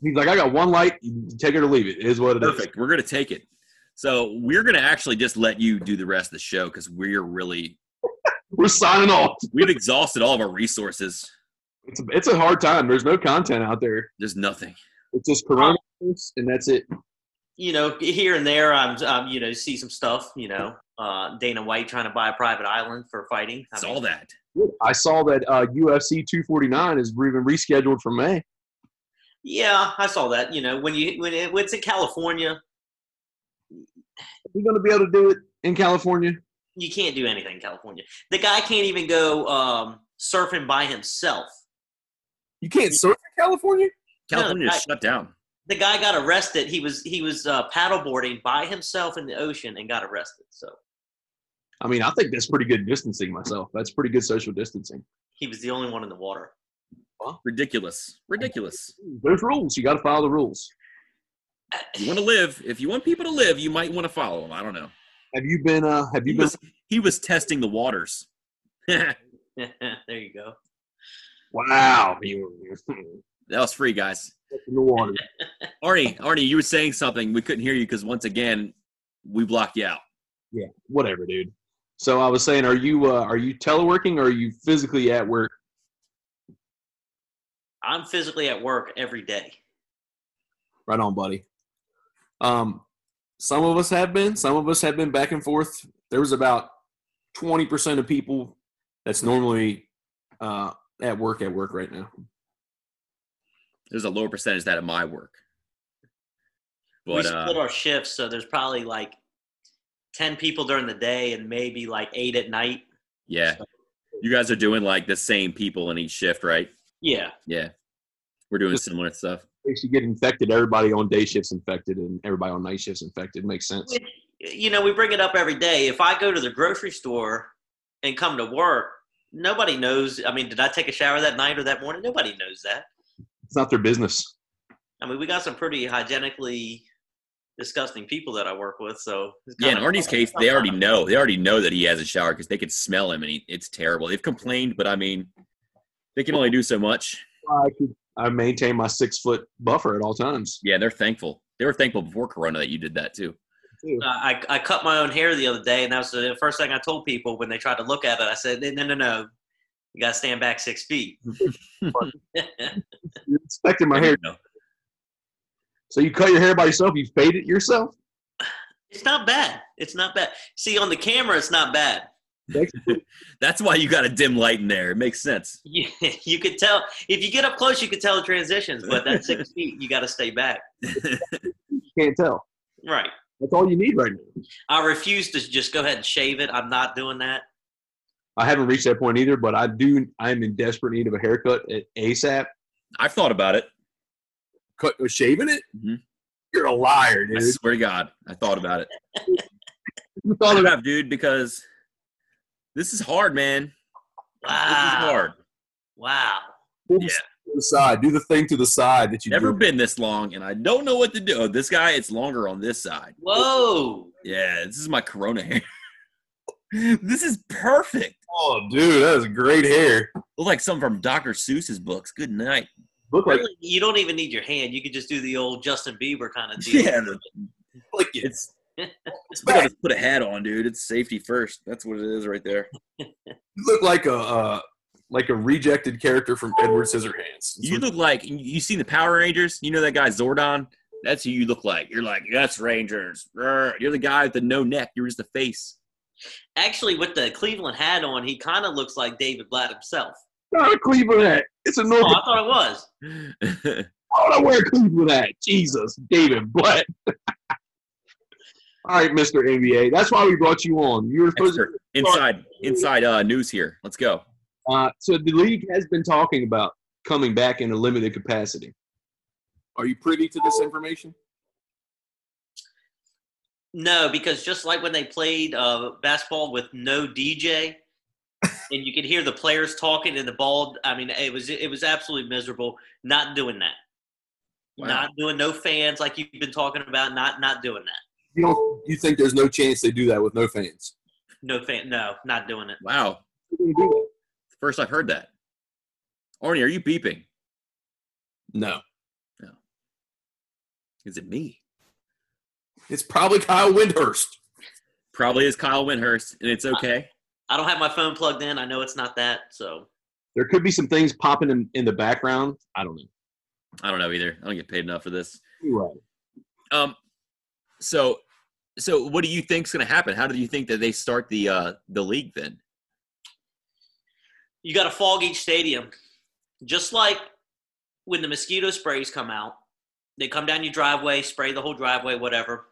D: He's like, I got one light. You Take it or leave it. It is what it is.
C: Perfect. We're going to take it. So we're going to actually just let you do the rest of the show because we're really
D: We're signing off.
C: we've exhausted all of our resources.
D: It's a, it's a hard time. There's no content out there.
C: There's nothing.
D: It's just coronavirus, and that's it.
F: you know, here and there, I'm, um, you know, see some stuff. You know, uh, Dana White trying to buy a private island for fighting. I
C: It's
F: mean,
C: all that.
D: I saw that uh, UFC 249 is been rescheduled for May.
F: yeah, I saw that. You know, when you when, it, when it's in California,
D: Are we going to be able to do it in California?
F: you can't do anything in California. The guy can't even go um, surfing by himself.
A: You can't surf in California.
C: California
F: I-
C: is shut down.
F: The guy got arrested. He was he was uh, paddleboarding by himself in the ocean and got arrested. So
D: I mean, I think that's pretty good distancing myself. That's pretty good social distancing.
F: he was the only one in the water. (laughs)
C: Ridiculous. Ridiculous.
D: There's rules. You got to follow the rules.
C: you want to live, if you want people to live, you might want to follow him. I don't know.
D: Have you been? Uh, have
C: He
D: you been?
C: was he was testing the waters. that
F: there you go.
D: Wow, (laughs) you were in
C: was free, guys.
D: the water.
C: Arnie, Arnie, you were saying something. We couldn't hear you because once again, we blocked you out.
D: Yeah, whatever, dude. So I was saying, are you uh, are you teleworking or are you physically at work?
F: I'm physically at work every day.
A: Right on, buddy. Um, some of us have been. Some of us have been back and forth. There was about twenty percent of people that's normally uh, at work at work right now.
C: There's a lower percentage that at my work.
F: we
C: But
F: split
C: uh,
F: our shifts, so there's probably like ten people during the day and maybe like eight at night.
C: yeah, you guys are doing like the same people in each shift, right?
F: Yeah,
C: Yeah, we're doing similar stuff.
D: If you get infected, everybody on day shifts infected, and everybody on night shifts infected. Makes sense.
F: you know, we bring it up every day. If I go to the grocery store and come to work, nobody knows. I mean, did I take a shower that night or that morning? Nobody knows that.
D: It's not their business.
F: I mean, we got some pretty hygienically disgusting people that I work with, so it's
C: Yeah, in
F: kinda-
C: Arnie's case, they already know. They already know that he has a shower because they could smell him, and he, it's terrible. They've complained, but I mean, they can only do so much.
D: I, could, I maintain my six foot buffer at all times.
C: Yeah, they're thankful. They were thankful before Corona that you did that too.
F: (laughs) I, I cut my own hair the other day, and that was the first thing I told people when they tried to look at it. I said, "No, no, no, you got to stand back six
C: (laughs)
F: feet." (laughs)
D: You're infecting my hair.
C: No.
D: So you cut your hair by yourself. You fade it yourself.
F: It's not bad. It's not bad. See, on the camera, it's not bad.
C: That's why you got a dim light in there. It makes sense.
F: You, (laughs) you could tell if you get up close, you could tell the transitions, but
C: (laughs)
F: that six feet, you got to stay back.
D: You can't tell.
F: Right.
D: That's all you need right now.
F: I refuse to just go ahead and shave it. I'm not doing that.
D: I haven't reached that point either, but I do. I am in desperate need of a haircut at ASAP.
C: I've thought about it.
A: Cut, shaving it?
C: Mhm.
A: You're a liar,
C: I
A: dude.
C: swear to God, I thought (laughs) about it.
D: You
C: I
D: thought about
C: have, dude, because this is hard, man. This is
F: Wow.
C: hard.
F: Wow.
A: Pull
C: Yeah.
A: to the side. Do the thing to the side that you
C: Never
A: do.
C: been this long, and I don't know what to do. Oh, this guy, it's longer on this side.
F: Whoa.
C: Yeah, this is my Corona hair. (laughs) this is perfect.
A: Oh, dude, that is great hair.
C: Look like something from Dr. Seuss's books. Good night.
D: look like
F: Really, you don't even need your hand. You could just do the old Justin Bieber kind of
C: (laughs)
F: deal.
C: Yeah, the-
A: Like it.
C: it's. it's better to put a hat on, dude. It's safety first. That's what it is right there.
A: You look like a uh, like a rejected character from Edward Scissorhands.
C: You look like you- you seen the Power Rangers. You know that guy Zordon. That's who you look like. You're like that's Rangers. Rrr. You're the guy with the no neck. You're just the face. (laughs)
F: Actually, with the Cleveland hat on, he kind of looks like David
C: (laughs)
F: Blatt himself.
D: not a Cleveland hat. It's a
F: Oh,
D: North.
F: I thought it was.
D: Why would I wear a Cleveland hat? Jesus, David Blatt. (laughs) All right, Mr. NBA. That's why we brought you on. You were supposed to
C: Expert. Inside inside uh, news here. Let's go.
D: Uh, so the league has been talking about coming back in a limited capacity.
A: Are you privy to this information?
F: No, because just like when they played uh, basketball with no DJ, and you could hear the players talking and the ball. I mean, it was it was absolutely miserable. Not doing that.
C: Wow.
F: Not doing no fans like you've been talking about. Not not doing that.
A: You don't. You think there's no chance they do that with no fans?
F: No fan. No, not doing it.
C: Wow. First I've heard that. Arnie, are you beeping?
A: No.
C: Is it me?
A: It's probably Kyle Windhurst.
C: Probably is Kyle Winhurst, and it's okay.
F: I don't have my phone plugged in. I know it's not that. So
D: There could be some things popping in, in the background. I don't know.
C: I don't know either. I don't get paid enough for this.
D: Anyway,
C: Um, so, so what do you think's going to happen? How do you think that they start the uh, the league then?
F: you got to fog each stadium, just like when the mosquito sprays come out. They come down your driveway, spray the whole driveway, whatever.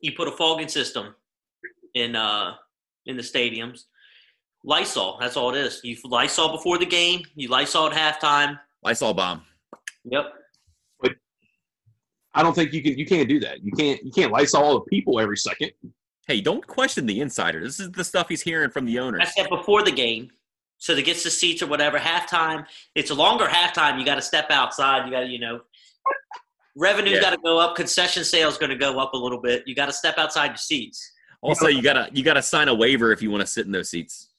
F: You put a fogging system in uh, in the stadiums. Lysol, that's all it is. You Lysol before the game. You Lysol at halftime.
C: Lysol bomb.
F: Yep.
D: I don't think you can. You can't do that. You can't. You can't lysol all the people every second.
C: Hey, don't question the insider. This is the stuff he's hearing from the
F: I
C: owners.
F: said before the game, so that gets the seats
C: (laughs)
F: or whatever. Halftime, it's a longer halftime. You got to step outside. You got to, you know, Revenue
C: Yeah.
F: got to go up. Concession sales going to go up a little bit. You got to step outside your seats.
C: Also, you gotta you gotta sign a waiver if you want to sit in those seats.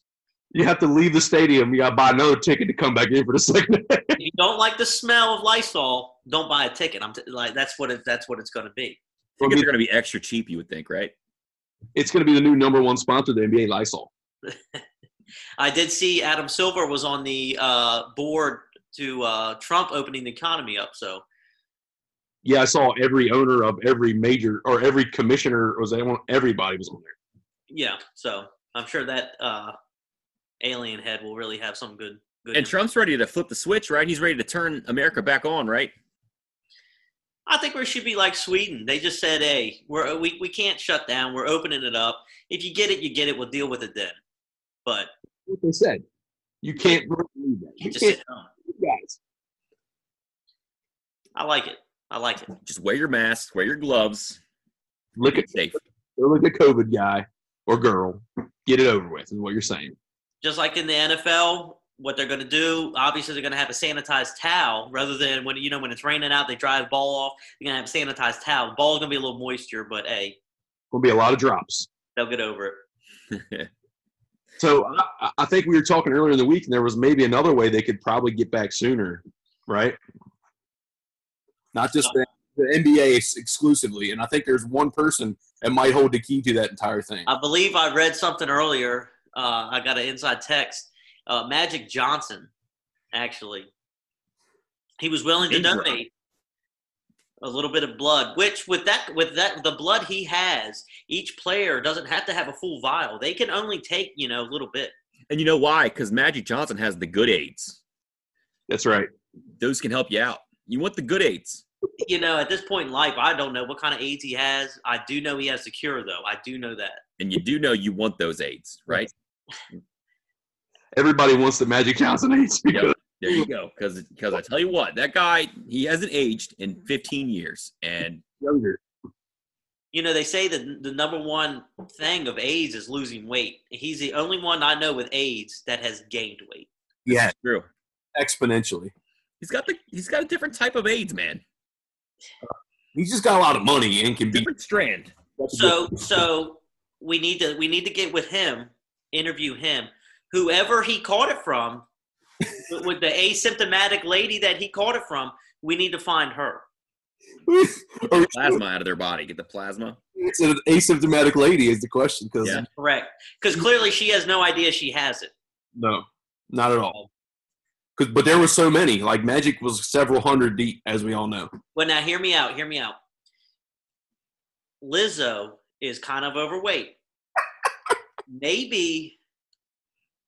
D: You have to leave the stadium. You got to buy another ticket to come back in for the second.
F: if you don't like the smell of Lysol, don't buy a ticket. I'm t- like that's what it, that's what it's going to be.
C: Tickets are gonna be extra cheap, you would think, right?
D: it's going to be the new number one sponsor, the NBA Lysol.
F: I did see Adam Silver was on the uh, board to uh, Trump opening the economy up. So
D: Yeah, I saw every owner of every major or every commissioner was everyone- everybody was on there.
F: yeah, so I'm sure that uh, alien head will really have some good good.
C: And Trump's ready to flip the switch, right? He's ready to turn America back on, right?
F: I think we should be like Sweden. They just said, "Hey, we're, we we can't shut down. We're opening it up. If you get it, you get it. We'll deal with it then." But
D: What they said, you can't believe that.
F: you
D: You
F: just
D: can't,
F: sit home.
D: guys.
F: I like it. I like it.
C: Just wear your mask, wear your gloves,
D: Look
C: be
D: at
C: safe. (laughs)
D: go look at COVID guy or girl. Get it over with is what you're saying.
F: just like in the NFL, what they're going to do, obviously, they're going to have a sanitized towel rather than when you know when it's raining out, they dry the ball off. They're going to have a sanitized towel. Ball's going to be a little moisture, but hey,
D: Gonna be a lot of drops.
F: they'll get over it.
D: So I, I- I think we were talking earlier in the week, and there was maybe another way they could probably get back sooner, right?
A: Not just the, the NBA ex- exclusively. And I think there's one person that might hold the key to that entire thing.
F: I believe I read something earlier. Uh, I got an inside text. Uh, Magic Johnson, actually, he was willing to
C: Big brother.
F: donate a little bit of blood. Which, with that, with that, the blood he has, each player doesn't have to have a full vial. They can only take you know a little bit.
C: And you know why? Because Magic Johnson has the good aids.
D: That's right.
C: Those can help you out. You want the good aids.
F: you know, at this point in life, I don't know what kind of AIDS he has. I do know he has the cure, though. I do know that.
C: And you do know you want those aids, right?
D: Everybody wants the Magic Johnson AIDS because
C: There you go. Because because I tell you what, that guy he hasn't aged in 15 years, and
D: younger.
F: You know, they say that the number one thing of AIDS is losing weight. He's the only one I know with AIDS that has gained weight.
A: Yeah,
C: true.
A: exponentially.
C: He's got the he's got a different type of AIDS, man.
A: He's just got a lot of money and can be.
C: Different strand.
F: So, so we need to we need to get with him, interview him. Whoever he caught it from, with with the asymptomatic lady that he caught it from, we need to find her.
A: Or-
C: Plasma out of their body. Get the plasma.
A: it's an asymptomatic lady is the question because
C: Yeah.
F: Correct, because clearly she has no idea she has it.
A: no, not at all. 'Cause- But there were so many. Like Magic was several hundred deep, as we all know.
F: Well, now hear me out. Hear me out. Lizzo is kind of overweight. (laughs) maybe,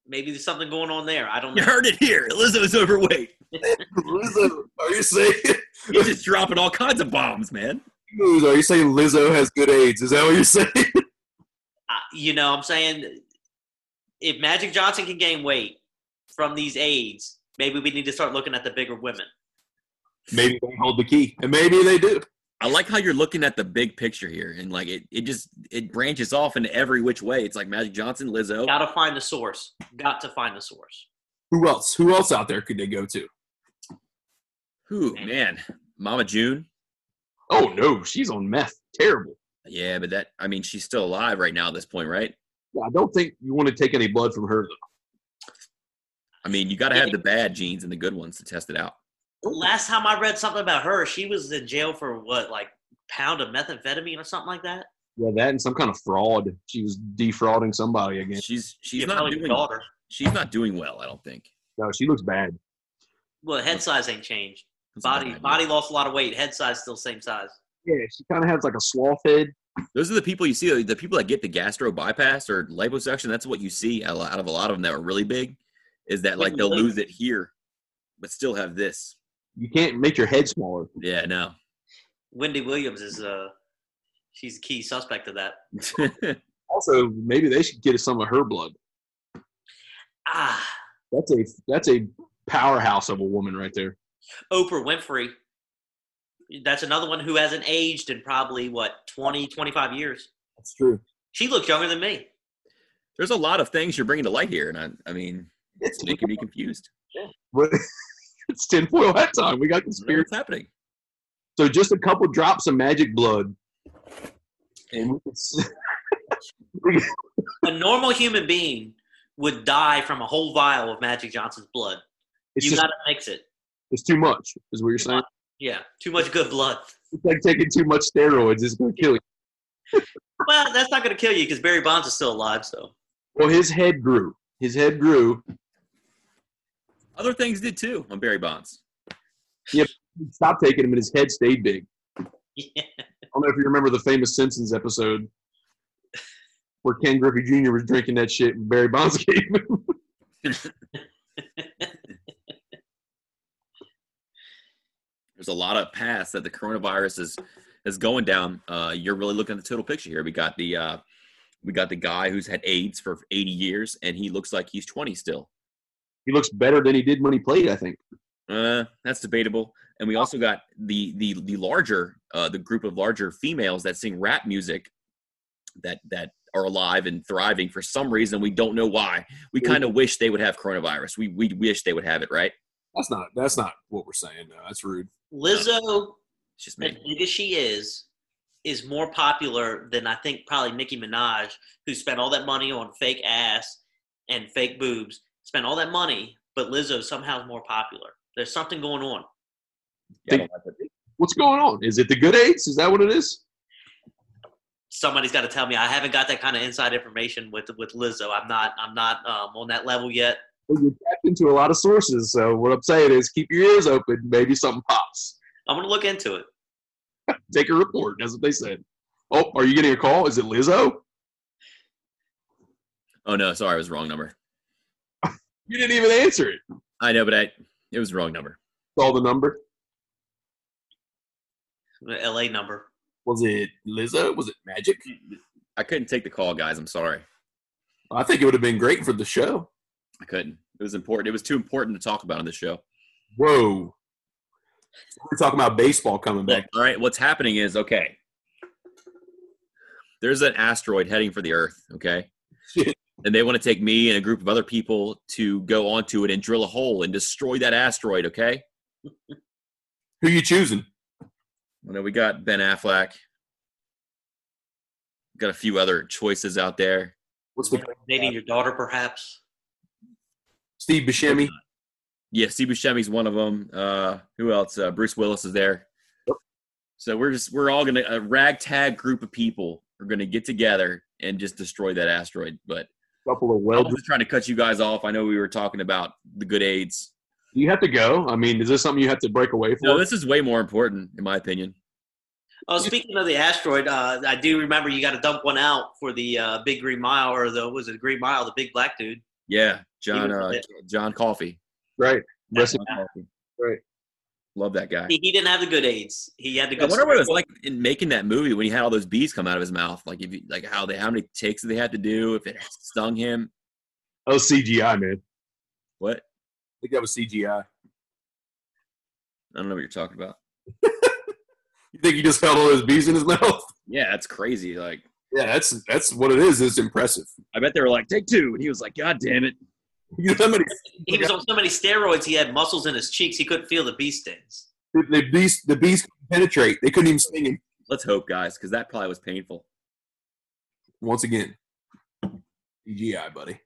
F: maybe there's something going on there. I
C: (laughs)
F: don't
C: You
F: know.
C: heard it here. Lizzo's overweight.
A: Lizzo, are you saying?
C: He's just dropping all kinds of bombs, man.
A: Are you saying (laughs) Lizzo has good AIDS? Is that what you're saying?
F: I, you know, I'm saying if Magic Johnson can gain weight from these AIDS, maybe we need to start looking at the bigger women.
A: Maybe they hold the key, and maybe they do.
C: I like how you're looking at the big picture here, and like it, it just it branches off into every which way. It's like Magic Johnson, Lizzo.
F: Got to find the source. Got to find the source.
A: Who else? Who else out there could they go to?
C: Who man, Mama June.
D: Oh no, she's on meth. Terrible.
C: Yeah, but that I mean, she's still alive right now at this point, right?
D: Yeah, I don't think you want to take any blood from her. Though.
C: I mean, you got to have the bad genes and the good ones to test it out.
F: Last time I read something about her, she was in jail for what, like pound of methamphetamine or something like that.
D: Yeah, that and some kind of fraud. She was defrauding somebody again.
C: She's she's
F: Yeah,
C: not
F: probably her
C: doing
F: daughter.
C: she's not doing well. I don't think.
D: No, she looks bad.
F: Well, head size ain't changed.
C: That's a
F: Body
C: bad
F: body lost a lot of weight. Head size still same size.
D: Yeah, she kind of has like a sloth head.
C: idea. Those are the people you see. The people that get the gastro bypass or liposuction. That's what you see a lot- out of a lot of them that are really big. Is that like they'll lose it here, but still have this?
D: You can't make your head smaller.
C: Yeah, no. (laughs)
F: Wendy Williams is uh she's a key suspect of that.
D: Also, maybe they should get some of her blood.
F: Ah,
D: That's a that's a powerhouse of a woman right there.
F: Oprah Winfrey. That's another one who hasn't aged in probably what 20, 25 years.
A: That's true.
F: She looks younger than me.
C: There's a lot of things you're bringing to light here, and I, I mean, it's making me confused.
D: But (laughs) it's tinfoil hat time. We got
C: I don't know
D: conspiracy.
C: what's happening?
D: So just a couple drops of magic blood, and we could s- (laughs)
F: A normal human being would die from a whole vial of Magic Johnson's blood.
D: it's
F: you
D: just
F: got to mix it.
D: it's too much. Is what you're saying?
F: Yeah, too much good blood.
D: It's like taking too much steroids. It's gonna kill you.
F: Well, that's not going to kill you because Barry Bonds is still alive. So (laughs)
D: Well, his head grew. His head grew.
C: Other things did too on Barry Bonds.
D: He stopped taking him, and his head stayed big.
F: yeah.
D: I don't know if you remember the famous Simpsons (laughs) episode where Ken Griffey Jr. was drinking that shit, and Barry Bonds (laughs) gave him.
C: There's a lot of paths that the coronavirus is is going down. Uh, you're really looking at the total picture here. We got the uh, we got the guy who's had AIDS for 80 years, and he looks like he's 20 still.
D: He looks better than he did when he played. I think.
C: Uh, that's debatable. And we also got the the the larger uh, the group of larger females that sing rap music that that are alive and thriving for some reason. We don't know why. We kind of wish they would have coronavirus. We we wish they would have it, right?
A: That's not that's not what we're saying. No, that's rude.
F: Lizzo,
C: It's just
F: as
C: me.
F: big as she is, is more popular than I think probably Nicki Minaj, who spent all that money on fake ass and fake boobs, spent all that money, but Lizzo somehow is more popular. There's something going on.
C: Yeah, I don't like it.
D: What's going on? Is it the good AIDS? Is that what it is?
F: Somebody's got to tell me. I haven't got that kind of inside information with with Lizzo. I'm not. I'm not um, on that level yet.
D: Well, you're tapped into a lot of sources. So what I'm saying is, keep your ears open. Maybe something pops.
F: I'm gonna look into it.
D: Take a report. That's what they said. Oh, are you getting a call? Is it Lizzo?
C: Oh no, sorry, it was the wrong number.
D: You didn't even answer it.
C: I know, but I it was the wrong number.
D: Saw the number.
F: The LA number.
A: Was it Lizzo? Was it Magic?
C: I couldn't take the call, guys. I'm sorry.
A: I think it would have been great for the show.
C: I couldn't. It was important. It was too important to talk about on the show.
A: Whoa. We're talking about baseball coming
C: Look,
A: back.
C: all right, what's happening is okay. There's an asteroid heading for the Earth, okay?
A: Shit.
C: and they want to take me and a group of other people to go onto it and drill a hole and destroy that asteroid, okay?
A: Who you choosing?
C: I know we got Ben Affleck. Got a few other choices out there.
A: What's the
F: Dating your daughter, perhaps.
A: Steve Buscemi?
C: Yeah, Steve Buscemi's one of them. Uh, who else? Uh, Bruce Willis is there. So we're just we're all gonna a ragtag group of people are gonna get together and just destroy that asteroid. But
D: Couple of
C: I
D: well.
C: was just trying to cut you guys off. I know we were talking about the good AIDS.
D: Do you have to go? I mean, is this something you have to break away
C: No,
D: from?
C: this is way more important, in my opinion.
F: Oh, speaking of the asteroid, uh, I do remember you got to dump one out for the uh, Big Green Mile, or the was it Green Mile, the big black dude.
C: Yeah, John uh,
F: Even if
C: John Coffee.
D: right. Rest in-
C: John Coffey.
D: Right.
C: Love that guy.
F: He, he didn't have the good AIDS. He had the
C: I
F: good.
C: wonder what it was like in making that movie when he had all those bees come out of his mouth. Like if you, like how they how many takes did they have to do if it stung him?
D: oh, CGI, man.
C: What?
A: I think that was CGI.
C: I don't know what you're talking about.
A: You think he just held all those bees in his (laughs) mouth?
C: Yeah, that's crazy. Like
A: Yeah, that's that's what it is. It's impressive. (laughs)
C: I bet they were like, take two. And he was like, God damn it.
A: You know how many
F: He was on so many steroids. He had muscles in his cheeks. He couldn't feel the bee stings.
A: the, the bees the bees couldn't penetrate. They couldn't even sting him.
C: Let's hope, guys, because that probably was painful.
A: Once again, CGI, buddy.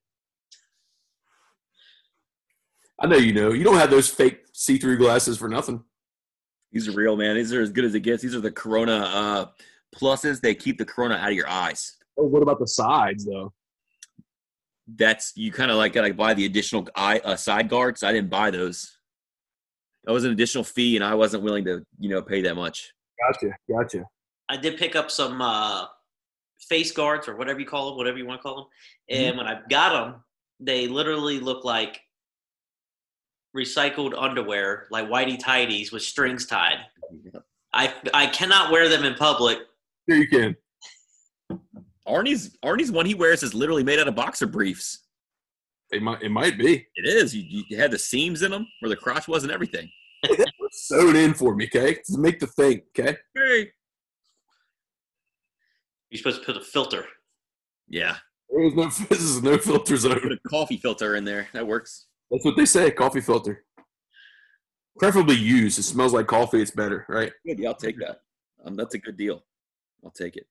A: I know you know. You don't have those fake see-through glasses for nothing.
C: These are real, man. These are as good as it gets. These are the corona uh pluses. They keep the corona out of your eyes.
D: Oh, what about the sides though?
C: That's you kind of like gotta buy the additional eye uh, side guards. I didn't buy those. That was an additional fee, and I wasn't willing to, you know, pay that much.
A: Gotcha, gotcha.
F: I did pick up some uh, face guards or whatever you call them, whatever you want to call them.
C: Mm-hmm.
F: And when I got them, they literally look like recycled underwear, like whitey tidies with strings tied. I I cannot wear them in public.
A: Sure you can.
C: Arnie's Arnie's one he wears is literally made out of boxer briefs.
A: It might it might be.
C: It is. You, you had the seams in them where the crotch was and everything.
A: Sewn in for me, okay? To make the thing, okay?
C: Very.
F: You're supposed to put a filter.
C: Yeah.
A: There's no (laughs) this is no filter
C: Put
A: zone.
C: a coffee filter in there. That works.
A: That's what they say, coffee filter. Preferably used. It smells like coffee. It's better, right?
C: Good, yeah, I'll take that. Um, that's a good deal. I'll take it.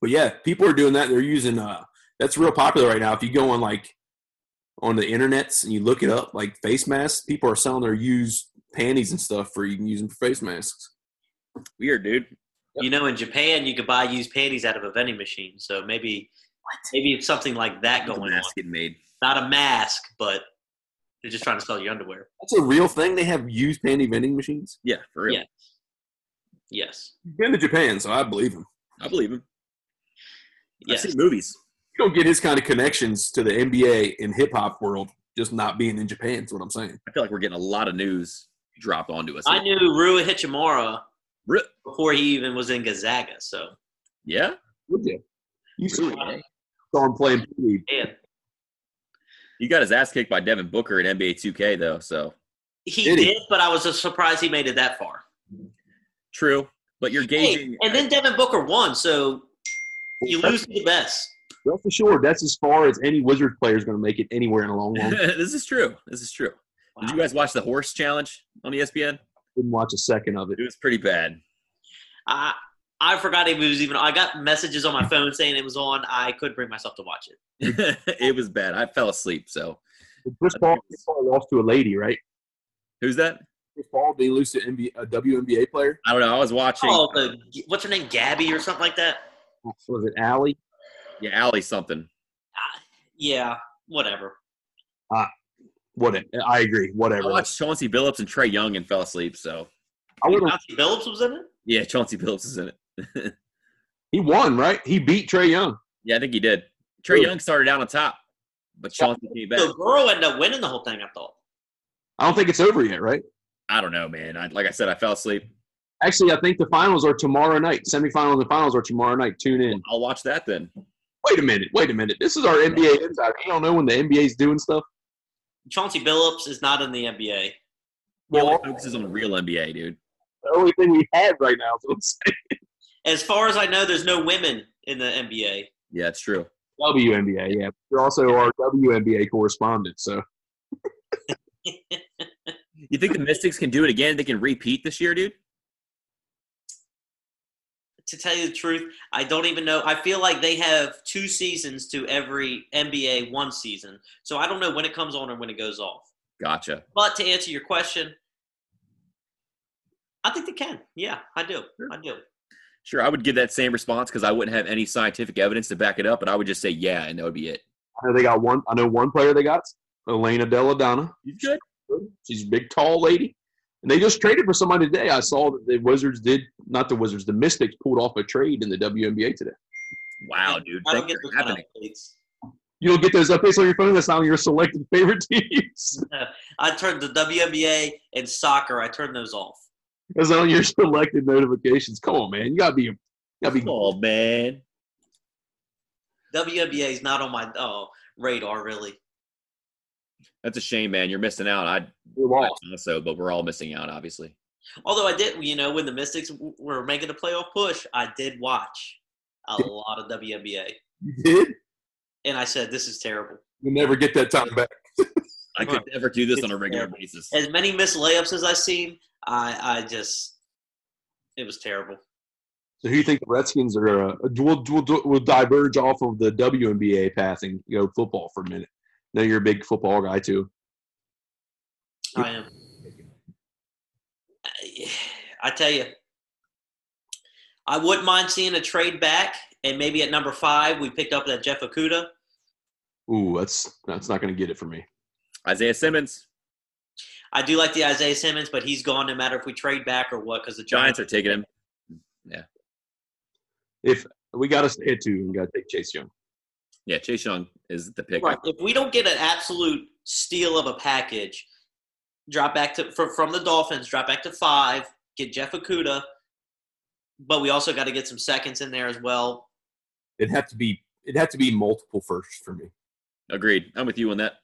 A: But yeah, people are doing that. They're using uh that's real popular right now. If you go on like on the internets and you look it up, like face masks, people are selling their used panties and stuff for you can use them for face masks.
C: Weird, dude.
F: You know, in Japan, you could buy used panties out of a vending machine. So maybe, maybe it's something like that
C: The
F: going on.
C: mask getting made.
F: Not a mask, but they're just trying to sell you underwear.
A: That's a real thing. They have used panty vending machines.
C: Yeah, for real.
F: Yeah. Yes.
A: He's been to Japan, so I believe him.
C: I believe him.
F: Yes.
C: I've seen movies.
A: You don't get his kind of connections to the NBA and hip hop world just not being in Japan. Is what I'm saying.
C: I feel like we're getting a lot of news dropped onto us.
F: I knew Rua Hichimura
C: Re-
F: before he even was in Gonzaga. So, Uh,
C: yeah,
A: Would you? You
C: really.
F: eh?
A: saw him playing. P. League.
F: man,
C: He got his ass kicked by Devin Booker in NBA 2K though. So
F: he
A: Did
F: did,
A: he?
F: but I was just surprised he made it that far.
C: true, but you're gauging. (laughs)
F: Hey, and then Devin Booker won, so you lose to the best.
A: That's for sure. That's as far as any Wizards player is going to make it anywhere in a long, long.
F: (laughs)
A: Didn't
C: this is true. This is true. Did you guys watch the horse challenge on E ESPN?
A: watch a second of it.
C: It was pretty bad. (laughs)
F: I I forgot it was even. I got messages on my phone saying it was on. I couldn't bring myself to watch it.
C: it was bad. I fell asleep. So
A: Chris Paul, Chris Paul lost to a lady, right?
C: who's that?
A: Chris Paul did he lose to NBA, a WNBA player?
C: I don't know. I was watching.
F: Oh, the, what's her name, Gabby or something like that?
A: Was it Allie?
C: yeah, Allie something.
F: Yeah, whatever.
A: What? I agree.
C: I
A: Whatever.
F: Oh,
C: watched Chauncey Billups and Trey Young and fell asleep. So
A: I would have.
F: Chauncey Billups was in it.
C: yeah, (laughs) Chauncey Billups is in it.
A: He won, right? He beat Trey Young.
C: Yeah, I think he did. Trey
A: Who?
C: Young started out on top, but Chauncey came back.
F: The girl ended up winning the whole thing. I thought.
A: I don't think it's over yet, right?
C: I don't know, man. I, like I said, I fell asleep.
A: Actually, I think the finals are tomorrow night. Semifinals and finals are tomorrow night. Tune in.
C: I'll watch that then.
A: Wait a minute. Wait a minute. This is our NBA insider. You don't know when the NBA's doing stuff.
F: Chauncey Billups is not in the NBA.
C: Well,
A: Well,
C: only focuses on real NBA, dude.
A: the only thing we have right now. So it's
F: As far as I know, there's no women in the NBA.
C: Yeah, it's true.
A: WNBA. Yeah, you're also our WNBA correspondent. So
C: You think the Mystics can do it again? They can repeat this year, dude.
F: To tell you the truth, I don't even know. I feel like they have two seasons to every NBA one season. So I don't know when it comes on or when it goes off.
C: Gotcha.
F: But to answer your question, I think they can. Yeah, I do. I do.
C: Sure, I would give that same response because I wouldn't have any scientific evidence to back it up, but I would just say yeah, and that would be it.
A: I know they got one. I know one player they got, Elena Deladonna.
C: You good?
A: She's a big, tall lady. And they just traded for somebody today. I saw that the Wizards did, not the Wizards, the Mystics pulled off a trade in the WNBA today.
C: Wow, dude.
F: I don't
C: Thanks
F: get
C: for
F: those kind of
C: happening.
F: updates.
A: You don't get those updates on your phone. That's not on your selected (laughs) favorite teams.
F: I turned the WNBA and soccer. I turned those off.
A: That's on your selected notifications. Come on, man. You gotta be, you gotta be.
C: Come on, man.
F: WNBA is not on my oh, radar really.
C: That's a shame, man. You're missing out. I
A: You're lost.
C: also, but we're all missing out, obviously.
F: Although I did, you know, when the Mystics w- were making the playoff push, I did watch a lot of WNBA,
A: You did.
F: and I said this is terrible.
A: You'll never get that time back.
C: I could never do this on a regular basis.
F: As many missed layups as I've seen, I I just it was terrible.
A: So who you think the Redskins are? Uh, we'll, we'll, we'll diverge off of the WNBA passing, you know, football for a minute. Now you're a big football guy too.
F: I am. I- I tell you, I wouldn't mind seeing a trade back, and maybe at number five we picked up that Jeff Okuda.
A: Ooh, that's that's not going to get it for me.
C: Isaiah Simmons,
F: I do like the Isaiah Simmons, but he's gone no matter if we trade back or what, because the
C: Giants
F: Giants.
C: are taking him.
A: If we got to stay at two, we got to take Chase Young.
C: Yeah, Chase Young is the pick.
F: Right. If we don't get an absolute steal of a package, drop back to from, from the Dolphins, drop back to five, get Jeff Okuda, but we also got to get some seconds in there as well.
A: It'd have to be it'd have to be multiple firsts for me.
C: Agreed. I'm with you on that.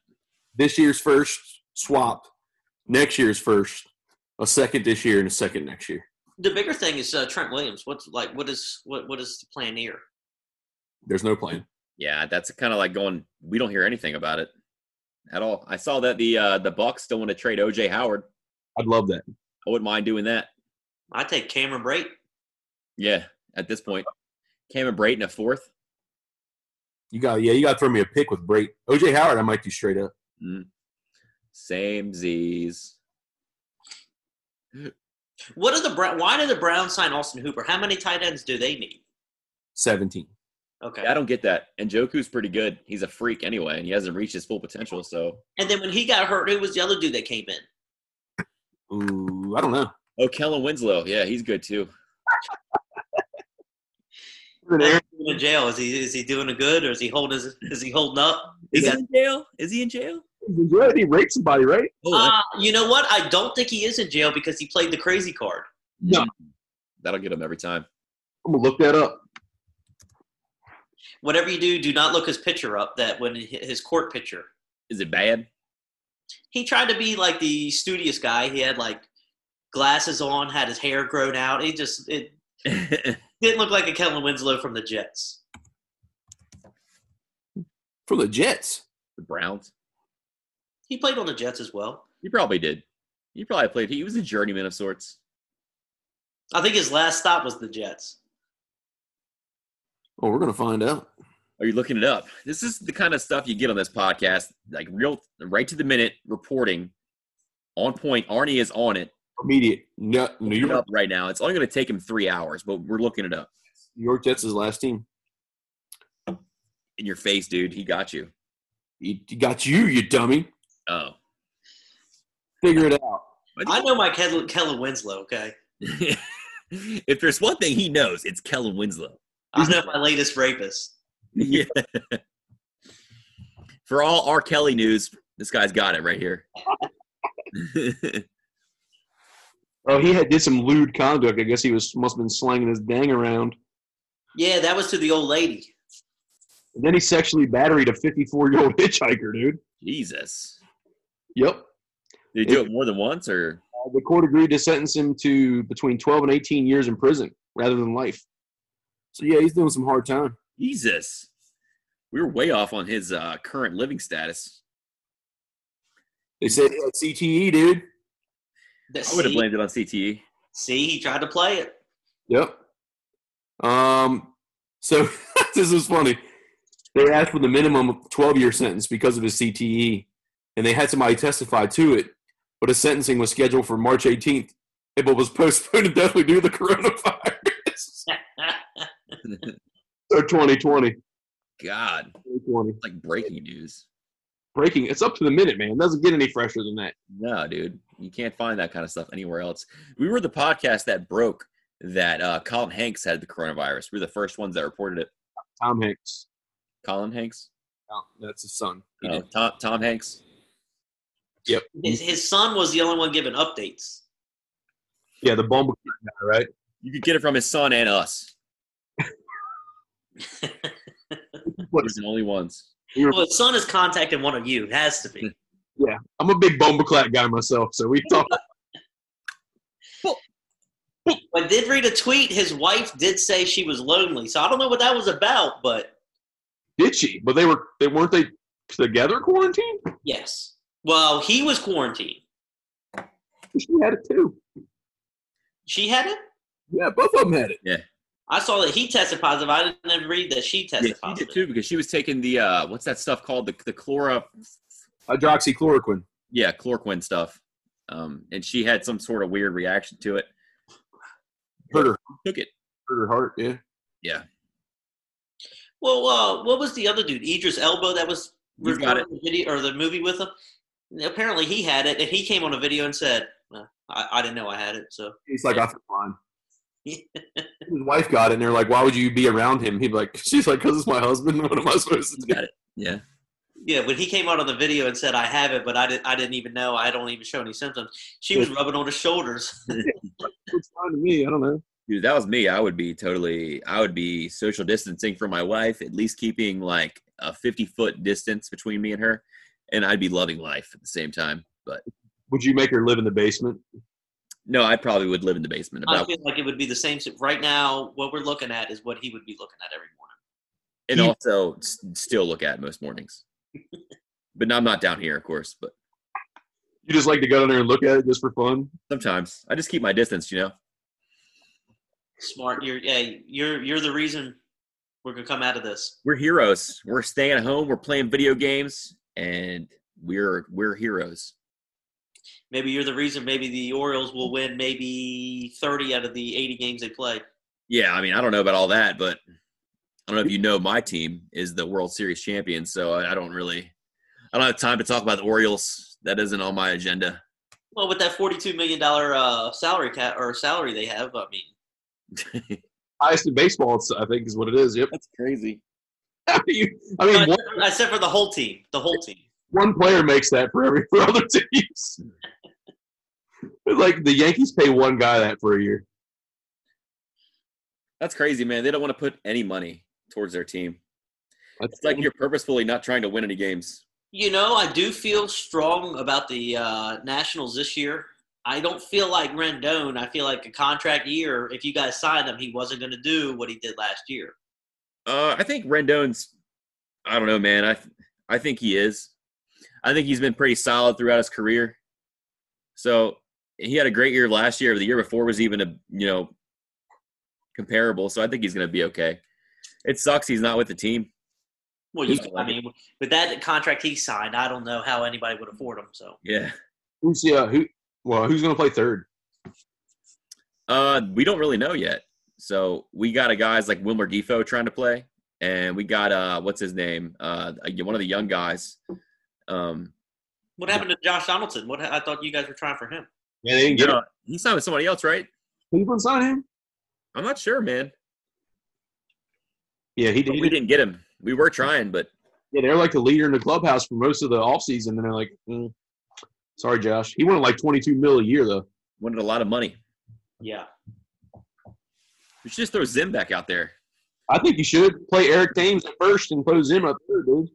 A: This year's first swap, next year's first, a second this year and a second next year.
F: The bigger thing is uh, Trent Williams. What's like? What is what? What is the plan here?
A: There's no plan.
C: Yeah, that's kind of like going. We don't hear anything about it at all. I saw that the uh, the Bucks still want to trade OJ Howard.
D: I'd love that.
C: I wouldn't mind doing that.
F: I take Cameron Brake.
C: Yeah, at this point, Cameron Brayton at fourth.
A: You got yeah, you got to throw me a pick with Brayton. OJ Howard, I might do straight up.
C: Same Z's.
F: What are the Brown? Why do the Browns sign Austin Hooper? How many tight ends do they need?
A: Seventeen.
F: Okay.
C: Yeah, I don't get that. And Joku's pretty good. He's a freak anyway, and he hasn't reached his full potential. So
F: And then when he got hurt, who was the other dude that came in?
A: Ooh, I don't know.
C: oh, Kellen Winslow. Yeah, he's good too.
F: He's in jail. Is he is he doing good or is he holding his, is he holding up? He got,
C: in jail? Is he in jail?
D: Yeah, he raped somebody, right?
C: Oh, that-
F: uh, you know what? I don't think he is in jail because he played the crazy card.
D: No.
C: that'll get him every time.
D: I'm gonna look that up.
F: Whatever you do, do not look his picture up. That when hi- his court picture,
C: Is it bad? (laughs)
F: he tried to be like the studious guy. He had like glasses on, had his hair grown out. He just it didn't look like a Kellen Winslow from the Jets.
A: For the Jets.
C: the Browns.
F: He played on the Jets as well.
C: He probably did. He probably played. He was a journeyman of sorts.
F: I think his last stop was the Jets.
A: Oh, we're gonna find out.
C: Are you looking it up? This is the kind of stuff you get on this podcast, like real, right to the minute reporting, on point. Arnie is on it.
A: Immediate. No, New
C: You're
A: York,
C: up right now. It's only going to take him three hours, but we're looking it up.
A: New York Jets is last team.
C: In your face, dude. He got you.
A: He he got you, you dummy.
C: Oh,
A: Figure it out.
F: I know my Kellen, Kellen Winslow. Okay,
C: (laughs) if there's one thing he knows, it's Kellen Winslow.
F: I know my latest rapist.
C: Yeah. (laughs) For all R. Kelly news, this guy's got it right here. (laughs)
D: Oh, he had did some lewd conduct. I guess he was must have been slanging his dang around.
F: Yeah, that was to the old lady.
D: And then he sexually battered a 54 year old (laughs) hitchhiker, dude.
C: Jesus.
D: Yep.
C: Did he do it more than once, or
D: Uh, the court agreed to sentence him to between 12 and 18 years in prison rather than life.
A: So yeah, he's doing some hard time.
C: Jesus? We were way off on his uh, current living status.
A: They said yeah, CTE, dude.
F: That-
C: I would have
F: see?
C: blamed it on E. CTE.
F: See, he tried to play it. (laughs)
A: Yep. Um. So (laughs) this is funny. They asked for the minimum 12 year sentence because of his CTE, and they had somebody testify to it. But his sentencing was scheduled for March 18th, eh, but was (laughs) postponed to definitely due to the coronavirus.
D: So 2020.
C: God,
D: 2020.
C: it's like breaking news.
D: Breaking. It's up to the minute, man. It doesn't get any fresher than that.
C: No, dude, you can't find that kind of stuff anywhere else. We were the podcast that broke that uh, Colin Hanks had the coronavirus. We were the first ones that reported it.
D: Tom Hanks.
C: Colin Hanks,
A: Oh, that's his son. He
C: oh,
A: did.
C: Tom, Tom Hanks.
F: His, his son was the only one giving updates.
D: Yeah, the bumble guy, right?
C: You could get it from his son and us. We're the only ones.
D: We were-
F: Well, his son is contacting one of you. It has
C: Hmm.
F: to be.
D: I'm a big bumbleclap guy myself, so we (laughs) talk.
F: I did read a tweet. His wife did say she was lonely, so I don't know what that was about, but
D: Ditchy, but they were they weren't they together quarantined?
F: yes. Well, he was quarantined.
D: She had it too.
F: She had it.
A: Yeah, both of them had it.
F: I saw that he tested positive. I didn't even read that she tested
C: Yeah, she
F: positive.
C: did too because she was taking the uh, what's that stuff called the the chlora
A: Hydroxychloroquine.
C: yeah chloroquine stuff, um, and she had some sort of weird reaction to it.
A: Hurt her,
C: Took it.
A: hurt her heart. Yeah.
C: Yeah,
F: Well, uh, what was the other dude? Idris Elbow that was
C: You got
F: recording the video or the movie with him. Apparently, he had it, and he came on a video and said, "Uh, I, "I didn't know I had it." So
A: He's like, I feel (laughs) fine. His wife got it, and they're like, "Why would you be around him?" He'd be like, (laughs) "She's like, cause it's my husband. (laughs) What am I supposed to do?"
C: got it. Yeah,
F: yeah, when he came out on the video and said, "I have it," but I didn't. I didn't even know. I don't even show any symptoms. She was rubbing on his shoulders.
D: It's fine to me. I don't know.
C: dude, that was me. I would be totally. I would be social distancing from my wife, at least keeping like a fifty foot distance between me and her, and I'd be loving life at the same time. But
D: Would you make her live in the basement?
C: no, I probably would live in the basement.
F: I
C: About
F: feel like it would be the same. si- Right now, what we're looking at is what he would be looking at every morning.
C: and also (laughs) s- still look at most mornings. but I'm not down here, of course. But
D: You just like to go down there and look at it just for fun.
C: Sometimes I just keep my distance, you know.
F: Smart. You're yeah, you're you're the reason we're gonna come out of this.
C: We're heroes. We're staying at home. We're playing video games, and we're we're heroes.
F: Maybe you're the reason maybe the Orioles will win maybe thirty out of the eighty games they play.
C: Yeah, I mean, I don't know about all that, but I don't know if you know my team is the World Series champion, so I, I don't really, I don't have time to talk about the Orioles. That isn't on my agenda. (laughs)
F: Well, with that forty-two million dollar uh, salary cap or salary they have, I mean,
D: Highest in baseball, it's- I think, is what it is. Yep. (laughs)
C: That's crazy.
D: You- I mean, one,
F: except for the whole team, the whole team.
D: one player makes that for every for other (laughs) teams. It's like the Yankees pay one guy that for a year.
C: That's crazy, man. They don't want to put any money towards their team.
D: That's
C: It's like you're purposefully not trying to win any games.
F: You know, I do feel strong about the uh, Nationals this year. I don't feel like Rendon. I feel like a contract year. If you guys signed him, he wasn't going to do what he did last year.
C: Uh, I think Rendon's. I don't know, man. I th- I think he is. I think he's been pretty solid throughout his career. So he had a great year last year. The year before was even a you know comparable. So I think he's going to be okay. It sucks he's not with the team.
F: Well, you,
C: He's-
F: I mean, with that contract he signed, I don't know how anybody would afford him. So
C: Yeah.
D: Who's yeah? Who? Well, who's going to play third?
C: Uh, we don't really know yet. So we got a guys like Wilmer Defoe trying to play, and we got uh, what's his name? Uh, one of the young guys. Um,
F: what happened to Josh Donaldson? What I thought you guys were trying for him.
D: Yeah, they didn't get him.
C: no, he signed with somebody else, right?
D: Cleveland signed him.
C: I'm not sure, man.
D: Yeah, he
C: But
D: did.
C: we didn't get him. We were trying, but
D: Yeah, they're like the leader in the clubhouse for most of the offseason, and they're like, mm, "Sorry, Josh, he wanted like 22 mil a year though."
C: wanted a lot of money.
F: Yeah,
C: We should just throw Zim back out there.
D: I think you should play Eric Thames at first and put Zim up there, dude.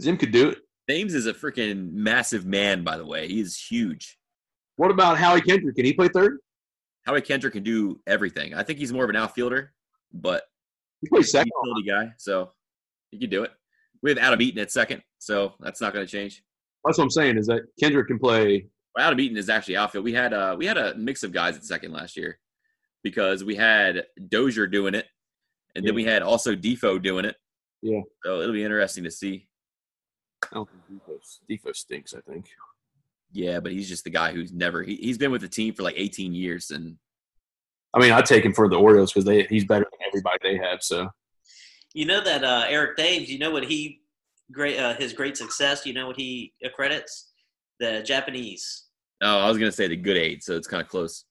D: Zim could do it.
C: Thames is a freaking massive man, by the way. He is huge.
D: What about Howie Kendrick? Can he play third?
C: Howie Kendrick can do everything. I think he's more of an outfielder, but
D: He plays
C: he's a
D: second.
C: utility guy, so he can do it. We have Adam Eaton at second, so that's not going to change.
D: That's what I'm saying is that Kendrick can play.
C: Well, Adam Eaton is actually outfield. We had uh we had a mix of guys at second last year because we had Dozier doing it, and then we
D: Yeah.
C: had also Defoe doing it.
D: Yeah.
C: So it'll be interesting to see.
A: I don't think Defoe, Defoe stinks. I think
C: Yeah, but he's just the guy who's never he, he's been with the team for like 18 years, and
A: I mean, I take him for the Orioles because they he's better than everybody they have. So
F: you know that uh, Eric Thames. You know what he great uh, his great success. You know what he accredits the Japanese.
C: oh, I was gonna say the good eight, so it's kind of close.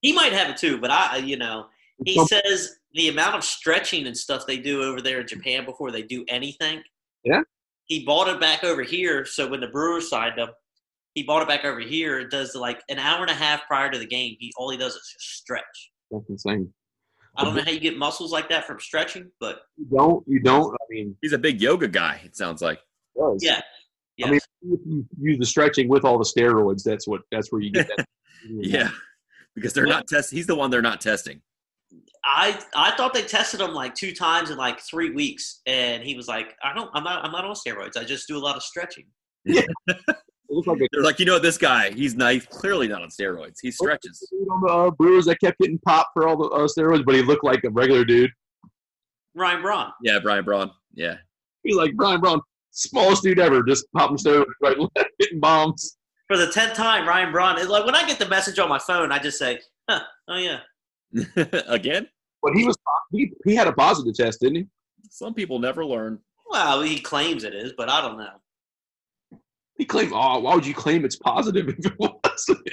F: He might have it too, but I, you know, he says the amount of stretching and stuff they do over there in Japan before they do anything.
D: Yeah.
F: He bought it back over here, so when the Brewers signed him, he bought it back over here. It does like an hour and a half prior to the game. He all he does is just stretch.
D: That's insane.
F: I don't know how you get muscles like that from stretching, but
D: You don't. You don't. I mean,
C: He's a big yoga guy. It sounds like.
D: it does.
F: yeah, yeah.
D: I mean, if you use the stretching with all the steroids, that's what. That's where you get that.
C: Yeah. (laughs) Because they're not test. He's the one they're not testing.
F: I I thought they tested him like two times in like three weeks, and he was like, I don't, I'm not, I'm not on steroids. I just do a lot of stretching.
D: It looked like a
C: They're like, you know, this guy, he's not he's clearly not on steroids. He stretches.
D: dude on the uh, Brewers that kept getting popped for all the uh, steroids, but he looked like a regular dude.
F: Ryan Braun.
C: Yeah, Brian Braun. Yeah. (laughs)
D: He's like Brian Braun, smallest dude ever, just popping steroids right, (laughs) and left, hitting bombs.
F: for the tenth time, Ryan Braun. It's like when I get the message on my phone, I just say, huh, "Oh yeah."
C: Again,
D: But he was he, he had a positive test, didn't he?
C: some people never learn.
F: Well, he claims it is, but I don't know.
D: He claimed, oh, why would you claim it's positive if it wasn't?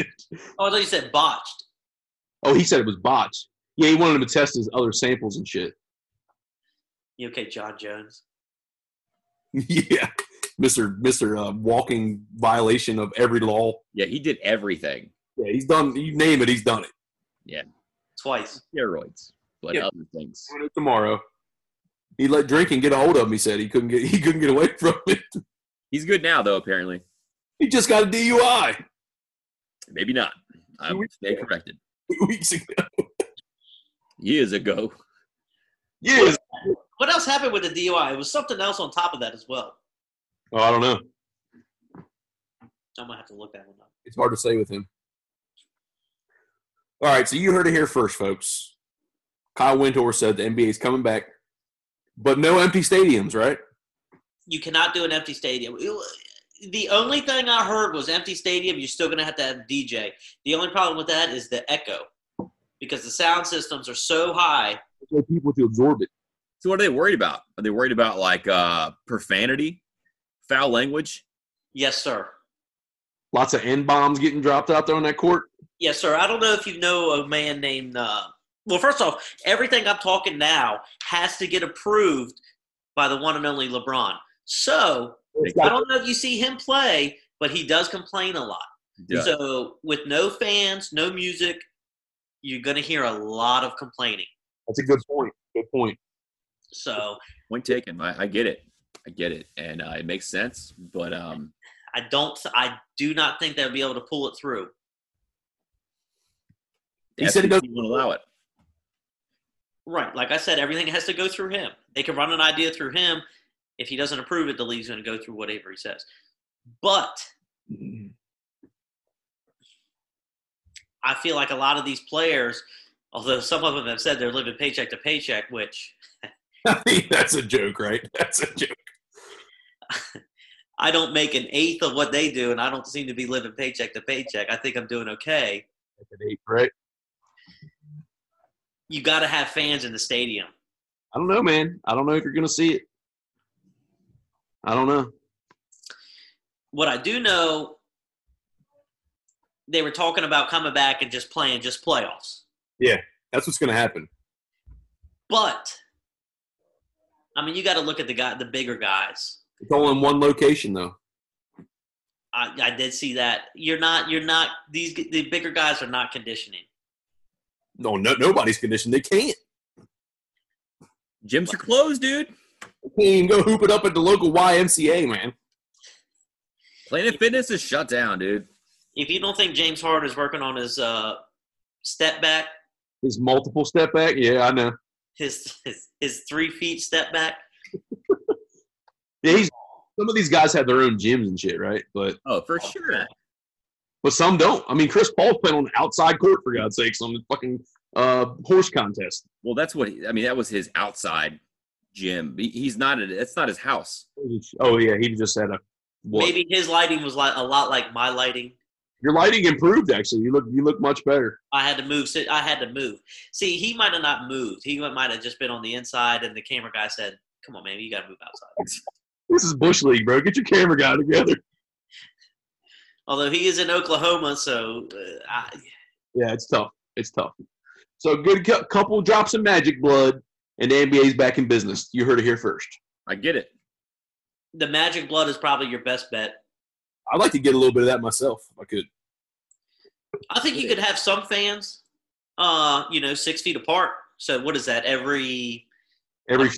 F: Oh, I thought you said botched.
D: (laughs) Oh, he said it was botched. Yeah, he wanted him to test his other samples and shit.
F: You okay, John Jones?
A: (laughs) yeah, Mister Mister uh, walking violation of every law.
C: Yeah, he did everything.
A: Yeah, he's done. You name it, he's done it.
F: Twice.
C: Steroids, but
A: Yeah.
C: other things.
A: Doing it Tomorrow, he let drinking get a hold of him. He said he couldn't get he couldn't get away (laughs) from it.
C: He's good now, though. Apparently,
A: He just got a DUI
C: maybe not. I will stay corrected.
A: two (laughs) weeks ago.
C: Years ago,
D: Yes.
F: What else happened with the DUI? It was something else on top of that as well.
D: Oh, I don't know.
F: I'm gonna have to look that one up.
A: It's hard to say with him. All right, so you heard it here first, folks. Kyle Wintour said the NBA is coming back, but no empty stadiums, right?
F: You cannot do an empty stadium. It- The only thing I heard was empty stadium. You're still gonna have to have DJ. The only problem with that is the echo, because the sound systems are so high.
D: No people to absorb it.
C: So what are they worried about? Are they worried about like uh, profanity, foul language?
F: Yes, sir.
D: Lots of n bombs getting dropped out there on
A: (laughs)
D: that court.
F: Yes, sir. I don't know if you know a man named. Uh, well, first off, everything I'm talking now has to get approved by the one and only LeBron. So I don't know if you see him play, but he does complain a lot.
C: Yeah.
F: So with no fans, no music, you're gonna hear a lot of complaining.
D: That's a good point. Good point.
F: So
C: Point taken. I, I get it. I get it, and uh, it makes sense. But um,
F: I don't. I do not think they'll be able to pull it through.
C: the
A: He said he
C: FCC E won't allow it.
F: Right. Like I said, everything has to go through him. They can run an idea through him. If he doesn't approve it, the league's going to go through whatever he says. But
D: Mm-hmm.
F: I feel like a lot of these players, although some of them have said they're living paycheck to paycheck, which
A: That's a joke, right? (laughs) That's a joke.
F: I don't make an eighth of what they do, and I don't seem to be living paycheck to paycheck. I think I'm doing okay.
D: Right?
F: You got to have fans in the stadium.
D: I don't know, man. I don't know if you're going to see it. I don't know.
F: what I do know, they were talking about coming back and just playing just playoffs.
A: That's what's going to happen.
F: But I mean, you got to look at the guy, the bigger guys.
A: It's all in one location, though.
F: I, I did see that. You're not. You're not. These the bigger guys are not conditioning.
A: No, no nobody's conditioned. They can't.
C: Gyms are closed, dude.
A: They can't even go hoop it up at the local YMCA, man.
C: Planet Fitness is shut down, dude.
F: If you don't think James Harden is working on his uh, step back,
D: His multiple step back. Yeah, I know.
F: his his, his three feet step back,
D: Yeah, he's, some of these guys have their own gyms and shit, right? But
C: Oh, for sure.
D: but some don't. I mean, Chris Paul's playing on an outside court for God's sakes on the fucking uh, horse contest.
C: Well, that's what he, I mean. That was his outside gym. He, he's not. At, that's not his house.
D: Oh yeah, he just had a. What?
F: maybe his lighting was like a lot like my lighting.
D: Your lighting improved actually. You look you look much better.
F: I had to move. So I had to move. See, he might have not moved. He might have just been on the inside, and the camera guy said, "Come on, man, you got to move outside." (laughs)
D: This is bush league, bro. Get your camera guy together.
F: Although he is in Oklahoma, so uh, I,
D: Yeah, it's tough. It's tough. So a good cou- couple drops of magic blood, and the NBA's back in business. You heard it here first.
C: I get it.
F: the Magic Blood is probably your best bet.
A: I'd like to get a little bit of that myself if I could.
F: I think you could have some fans, uh, you know, six feet apart. So what is that? Every
D: Every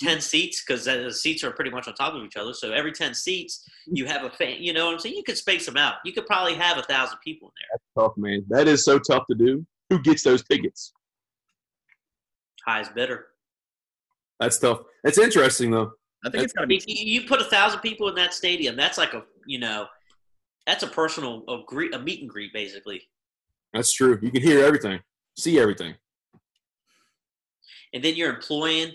F: ten seats, because the seats are pretty much on top of each other. So every ten seats, you have a fan. You know what I'm saying? You could space them out. You could probably have a thousand people in
D: (laughs)
F: there.
D: tough man. That is so tough to do. Who gets those tickets?
F: Highest bidder.
A: That's tough. That's interesting, though.
C: I think it's gotta be.
F: If you you put a thousand people in that stadium, that's like a you know, that's a personal a, gre- a meet and greet basically.
A: That's true. You can hear everything, see everything.
F: And then you're employing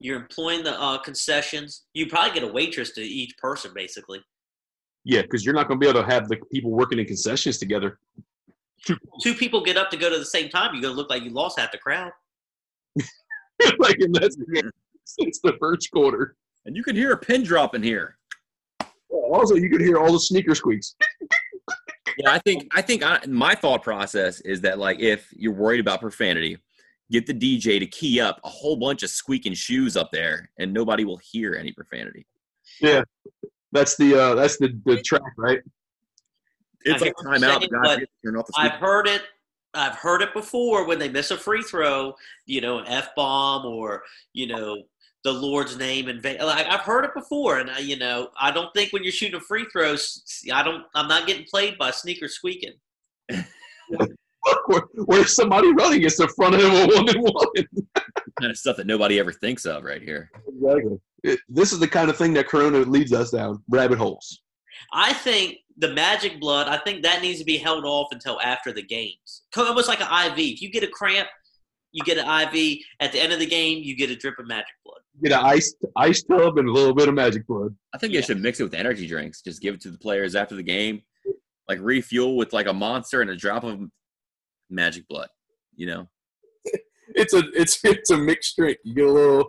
F: you're employing the uh, concessions. You probably get a waitress to each person basically.
D: Yeah, because you're not going to be able to have the people working in concessions together. (laughs)
F: Two people get up to go to the same time. You're gonna look like you lost half the crowd.
D: like unless (laughs) since the first quarter.
C: And you can hear a pin drop in here.
D: Also, you could hear all the sneaker squeaks.
C: Yeah, I think I think I, my thought process is that like if you're worried about profanity, get the DJ to key up a whole bunch of squeaking shoes up there, and nobody will hear any profanity.
D: That's the uh, that's the, the track, right? (laughs)
C: It's
F: I
C: like
F: hear what
C: time
F: you're
C: out. The
F: saying,
C: guys
F: but
C: get to turn off the
F: I've
C: speaker.
F: heard it. I've heard it before when they miss a free throw, you know, an f bomb or you know the Lord's name in vain. Like I've heard it before, and I, you know, I don't think when you're shooting free throws, I don't. I'm not getting played by sneaker squeaking.
D: Look, where, where's somebody running? It's in front of a woman. woman.
C: kind of stuff that nobody ever thinks of right here.
D: Exactly. It, this is the kind of thing that Corona leads us down rabbit holes.
F: I think the magic blood, I think that needs to be held off until after the games. Co- Almost like an IV. If you get a cramp, you get an IV. At the end of the game, you get a drip of magic blood.
D: Get an ice ice tub and a little bit of magic blood.
C: I think they should mix it with energy drinks. Just give it to the players after the game, like refuel with like a monster and a drop of magic blood. You know,
A: It's a it's (laughs) it's a mixed drink. You get a little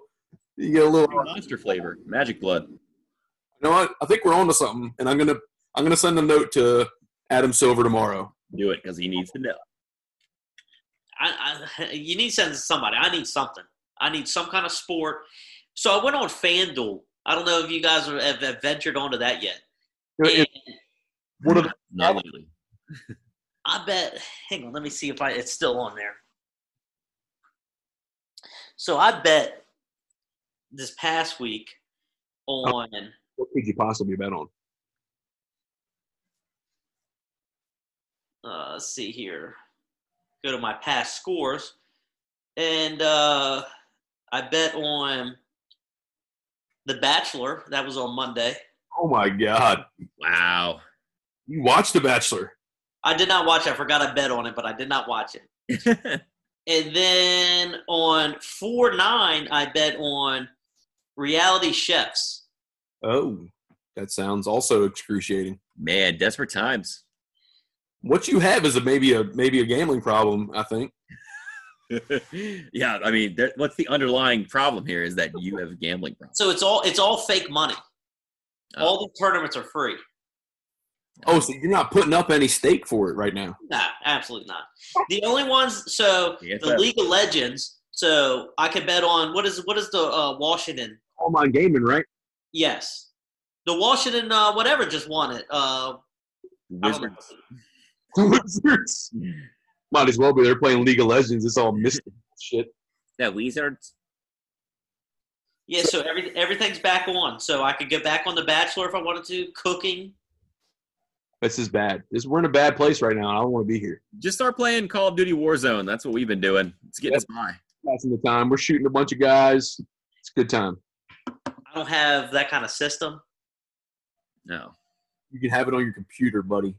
A: you get a little
C: monster flavor, magic blood.
A: You know what? I think we're on to something, and I'm gonna I'm gonna send a note to Adam Silver tomorrow.
C: Do it because he needs to know.
F: I, I, you need to send it to somebody. I need something. I need some kind of sport. So I went on FanDuel. I don't know if you guys are- have, have ventured onto that yet.
D: If-
F: And
D: One of the,
C: Not lately.
F: I bet. Hang on, let me see if I it's still on there. So I bet this past week on.
D: what could you possibly bet on?
F: uh, let's see here. Go to my past scores, and uh, I bet on The Bachelor. That was on Monday.
A: Oh my God!
C: Wow. (laughs)
A: You watched The Bachelor?
F: I did not watch. it. I forgot I bet on it, but I did not watch it. And then on four nine, I bet on Reality Chefs.
A: Oh, that sounds also excruciating.
C: Man, desperate times.
A: What you have is a, maybe a maybe a gambling problem. I think.
C: (laughs) yeah, I mean, there, what's the underlying problem here is that you have a gambling problem.
F: So it's all it's all fake money.
C: Oh.
F: All the tournaments are free.
A: Oh, so you're not putting up any stake for it right now?
F: No, absolutely not. The only ones, so
C: Yes,
F: the
C: sir.
F: League of Legends. So I could bet on what is what is the uh, Washington?
D: Online gaming, right? (laughs)
F: Yes, the Washington uh, whatever just won it. Uh, I don't know.
C: Wizards.
D: Wizards. Might as well be. They're playing League of Legends. It's all mystic shit.
C: (laughs) That Wizards.
F: Yeah, so every, everything's back on. So I could get back on The Bachelor if I wanted to. Cooking,
D: This is bad. This we're in a bad place right now. I don't want to be here.
C: Just start playing Call of Duty Warzone. That's what we've been doing. It's getting us by.
D: Passing the time. We're shooting a bunch of guys. It's a good time.
F: I don't have that kind of system.
C: No.
A: You can have it on your computer, buddy.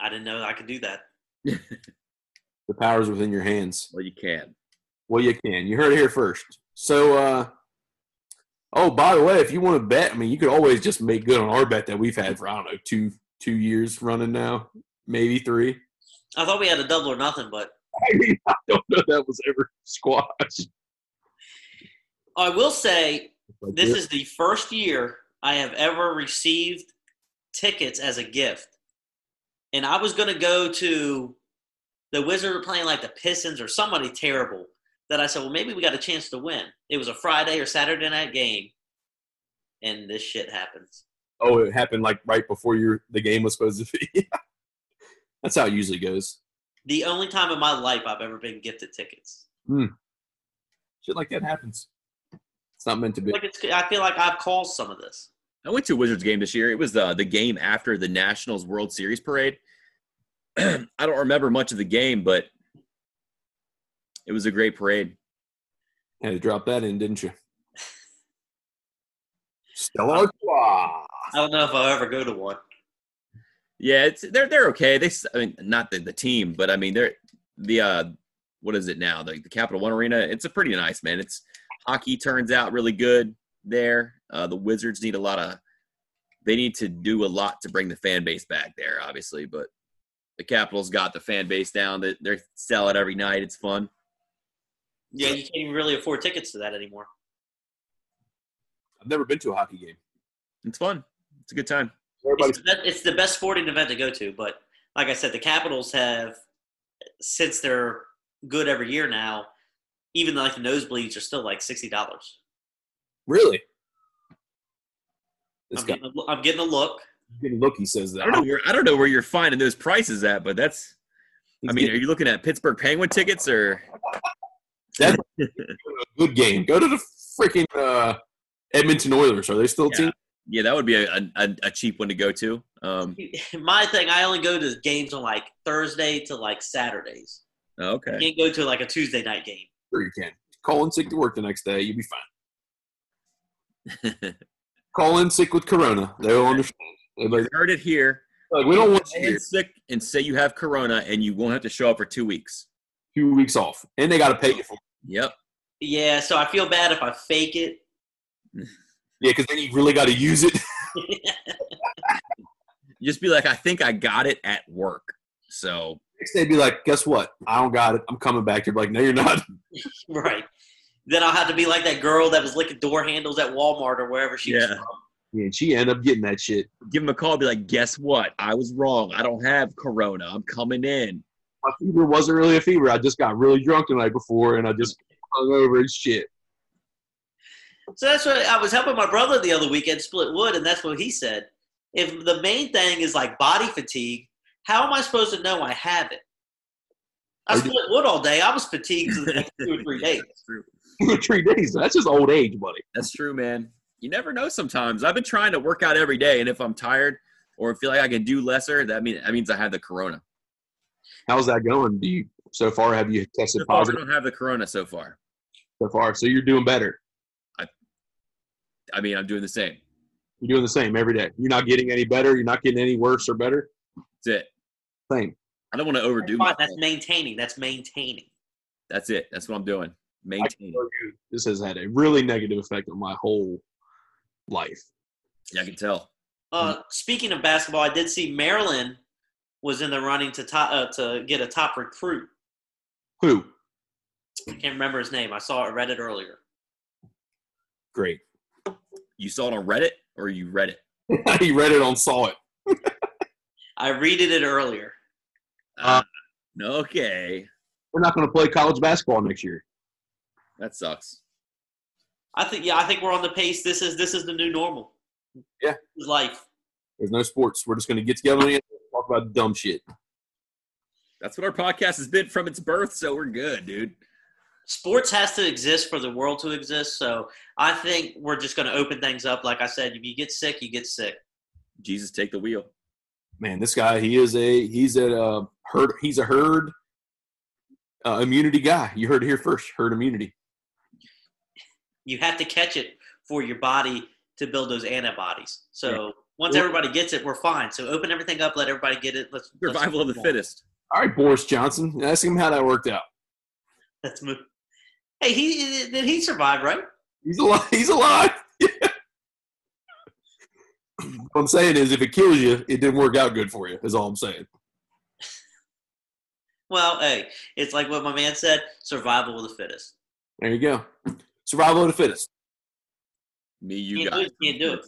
F: I didn't know I could do that.
A: The power's within your hands.
C: Well, you can.
A: Well, you can. You heard it here first. So, uh, oh, by the way, if you want to bet, I mean, you could always just make good on our bet that we've had for I don't know two two years running now, maybe three.
F: I thought we had a double or nothing, but
D: (laughs) I mean, I don't know that was ever squashed.
F: I will say
D: Like,
F: this is the first year I have ever received tickets as a gift. And I was going to go to the Wizards were playing like the Pistons or somebody terrible that I said, well, maybe we got a chance to win. It was a Friday or Saturday night game. And this shit happens.
A: Oh, it happened like right before your the game was supposed to be. (laughs) That's how it usually goes.
F: The only time in my life I've ever been gifted tickets.
A: Shit like that happens. It's not meant to be.
F: Like it's, I feel like I've caused some of this.
C: I went to a Wizards game this year. It was uh, the the game after the Nationals World Series parade. (clears throat) I don't remember much of the game, but it was a great parade.
A: Had to drop that in, didn't you? Stella Artois.
F: I don't know if I'll ever go to one.
C: Yeah, it's they're they're okay. They s- I mean not the, the team, but I mean they're the uh what is it now? The the Capital One Arena. It's a pretty nice man. It's hockey turns out really good there. Uh, the Wizards need a lot of they need to do a lot to bring the fan base back there, obviously, but the Capitals got the fan base down. That they sell it every night. It's fun.
F: Yeah, you can't even really afford tickets to that anymore.
A: I've never been to a hockey game.
C: It's fun. It's a good time.
A: Everybody's
F: it's, the best, it's the best sporting event to go to. But like I said, the Capitals have, since they're good every year now, even like the nosebleeds are still like sixty dollars.
A: really. This
F: I'm,
A: guy
F: getting a lo- I'm getting a look. (laughs)
A: getting look. He says that.
C: I don't know where I don't know where you're finding those prices at, but that's I
A: He's
C: mean,
A: getting-
C: are you looking at Pittsburgh Penguin tickets or
A: good game. Go to the freaking uh, Edmonton Oilers. Are they still a
C: Yeah.
A: team?
C: yeah, that would be a, a, a cheap one to go to. Um,
F: My thing, I only go to games on like Thursday to like Saturdays.
C: oh, okay.
F: I can't go to like a Tuesday night game.
A: Sure, you can. Call in sick to work the next day. You'll be
C: (laughs)
A: fine. Call in sick with Corona. They'll understand. Like,
C: heard it here.
A: like, we don't want you
C: Get sick and say you have corona, and you won't have to show up for two weeks.
A: two weeks off, and they got to pay you for it.
C: Yep.
F: Yeah, so I feel bad if I fake it. (laughs)
A: Yeah, because then you really got to use it. (laughs)
C: Just be like, I think I got it at work. So
A: Next day, be like, guess what? I don't got it. I'm coming back. They're like, no, you're not.
F: right. Then I'll have to be like that girl that was licking door handles at Walmart or wherever she was
C: Yeah.
F: from.
A: Yeah, and she ended up getting that shit.
C: give him a call. Be like, guess what? I was wrong. I don't have corona. I'm coming in.
A: My fever wasn't really a fever. I just got really drunk the night before, and I just hung over and shit. (laughs)
F: So that's what I was helping my brother the other weekend split wood, and that's what he said. If the main thing is like body fatigue, how am I supposed to know I have it? I
A: Or do-
F: split wood all day. I was fatigued for the next two or
A: (laughs)
F: three days.
C: That's true.
A: Three days. That's just old age, buddy.
C: That's true, man. You never know. Sometimes I've been trying to work out every day, and if I'm tired or feel like I can do lesser, that mean that means I have the corona.
A: How's that going? Do you so far have you
C: So
A: tested
C: far, I
A: positive
C: don't have the corona so far.
A: so far? So you're doing better.
C: I mean, I'm doing the same.
A: You're doing the same every day. You're not getting any better. You're not getting any worse or better.
C: That's it.
A: Same.
C: I don't want to overdo
F: Fine,
C: myself.
F: that's maintaining. That's maintaining.
C: That's it. That's what I'm doing. Maintain.
A: tell you, this has had a really negative effect on my whole life.
C: Yeah, I can tell.
A: Hmm.
F: Uh, speaking of basketball, I did see Maryland was in the running to top, uh, to get a top recruit.
A: Who? (laughs)
F: I can't remember his name. I saw it, read it earlier.
A: Great.
C: You saw it on Reddit, or you read it.
A: he read it on Saw It.
F: I read it earlier.
C: Uh, okay,
A: We're not going to play college basketball next year.
C: that sucks.
F: I think yeah, I think we're on the pace. This is this is the new normal.
A: Yeah.
F: This is life.
A: There's no sports. We're just going to get together and talk about dumb shit.
C: That's what our podcast has been from its birth, so we're good, dude.
F: sports has to exist for the world to exist. So I think we're just going to open things up. Like I said, if you get sick, you get sick.
C: Jesus, take the wheel.
A: Man, this guy, he is a he's a uh, herd. He's a herd uh, immunity guy. You heard it here first. Herd immunity.
F: You have to catch it for your body to build those antibodies. So once
A: Yeah.
F: everybody gets it, we're fine. So open everything up. Let everybody get it. Let's let's
C: Survival of the
F: move on.
C: fittest.
A: All right, Boris Johnson. Ask him how that worked out.
F: Let's move. Hey, he did he survive? Right?
A: He's alive. (laughs) He's alive. what I'm saying is, if it kills you, it didn't work out good for you. Is all I'm saying.
F: Well, hey, it's like what my man said: survival of the fittest.
A: There you go. Survival of the fittest.
C: Me, you
F: Can't do
C: guys.
F: it, can't do it.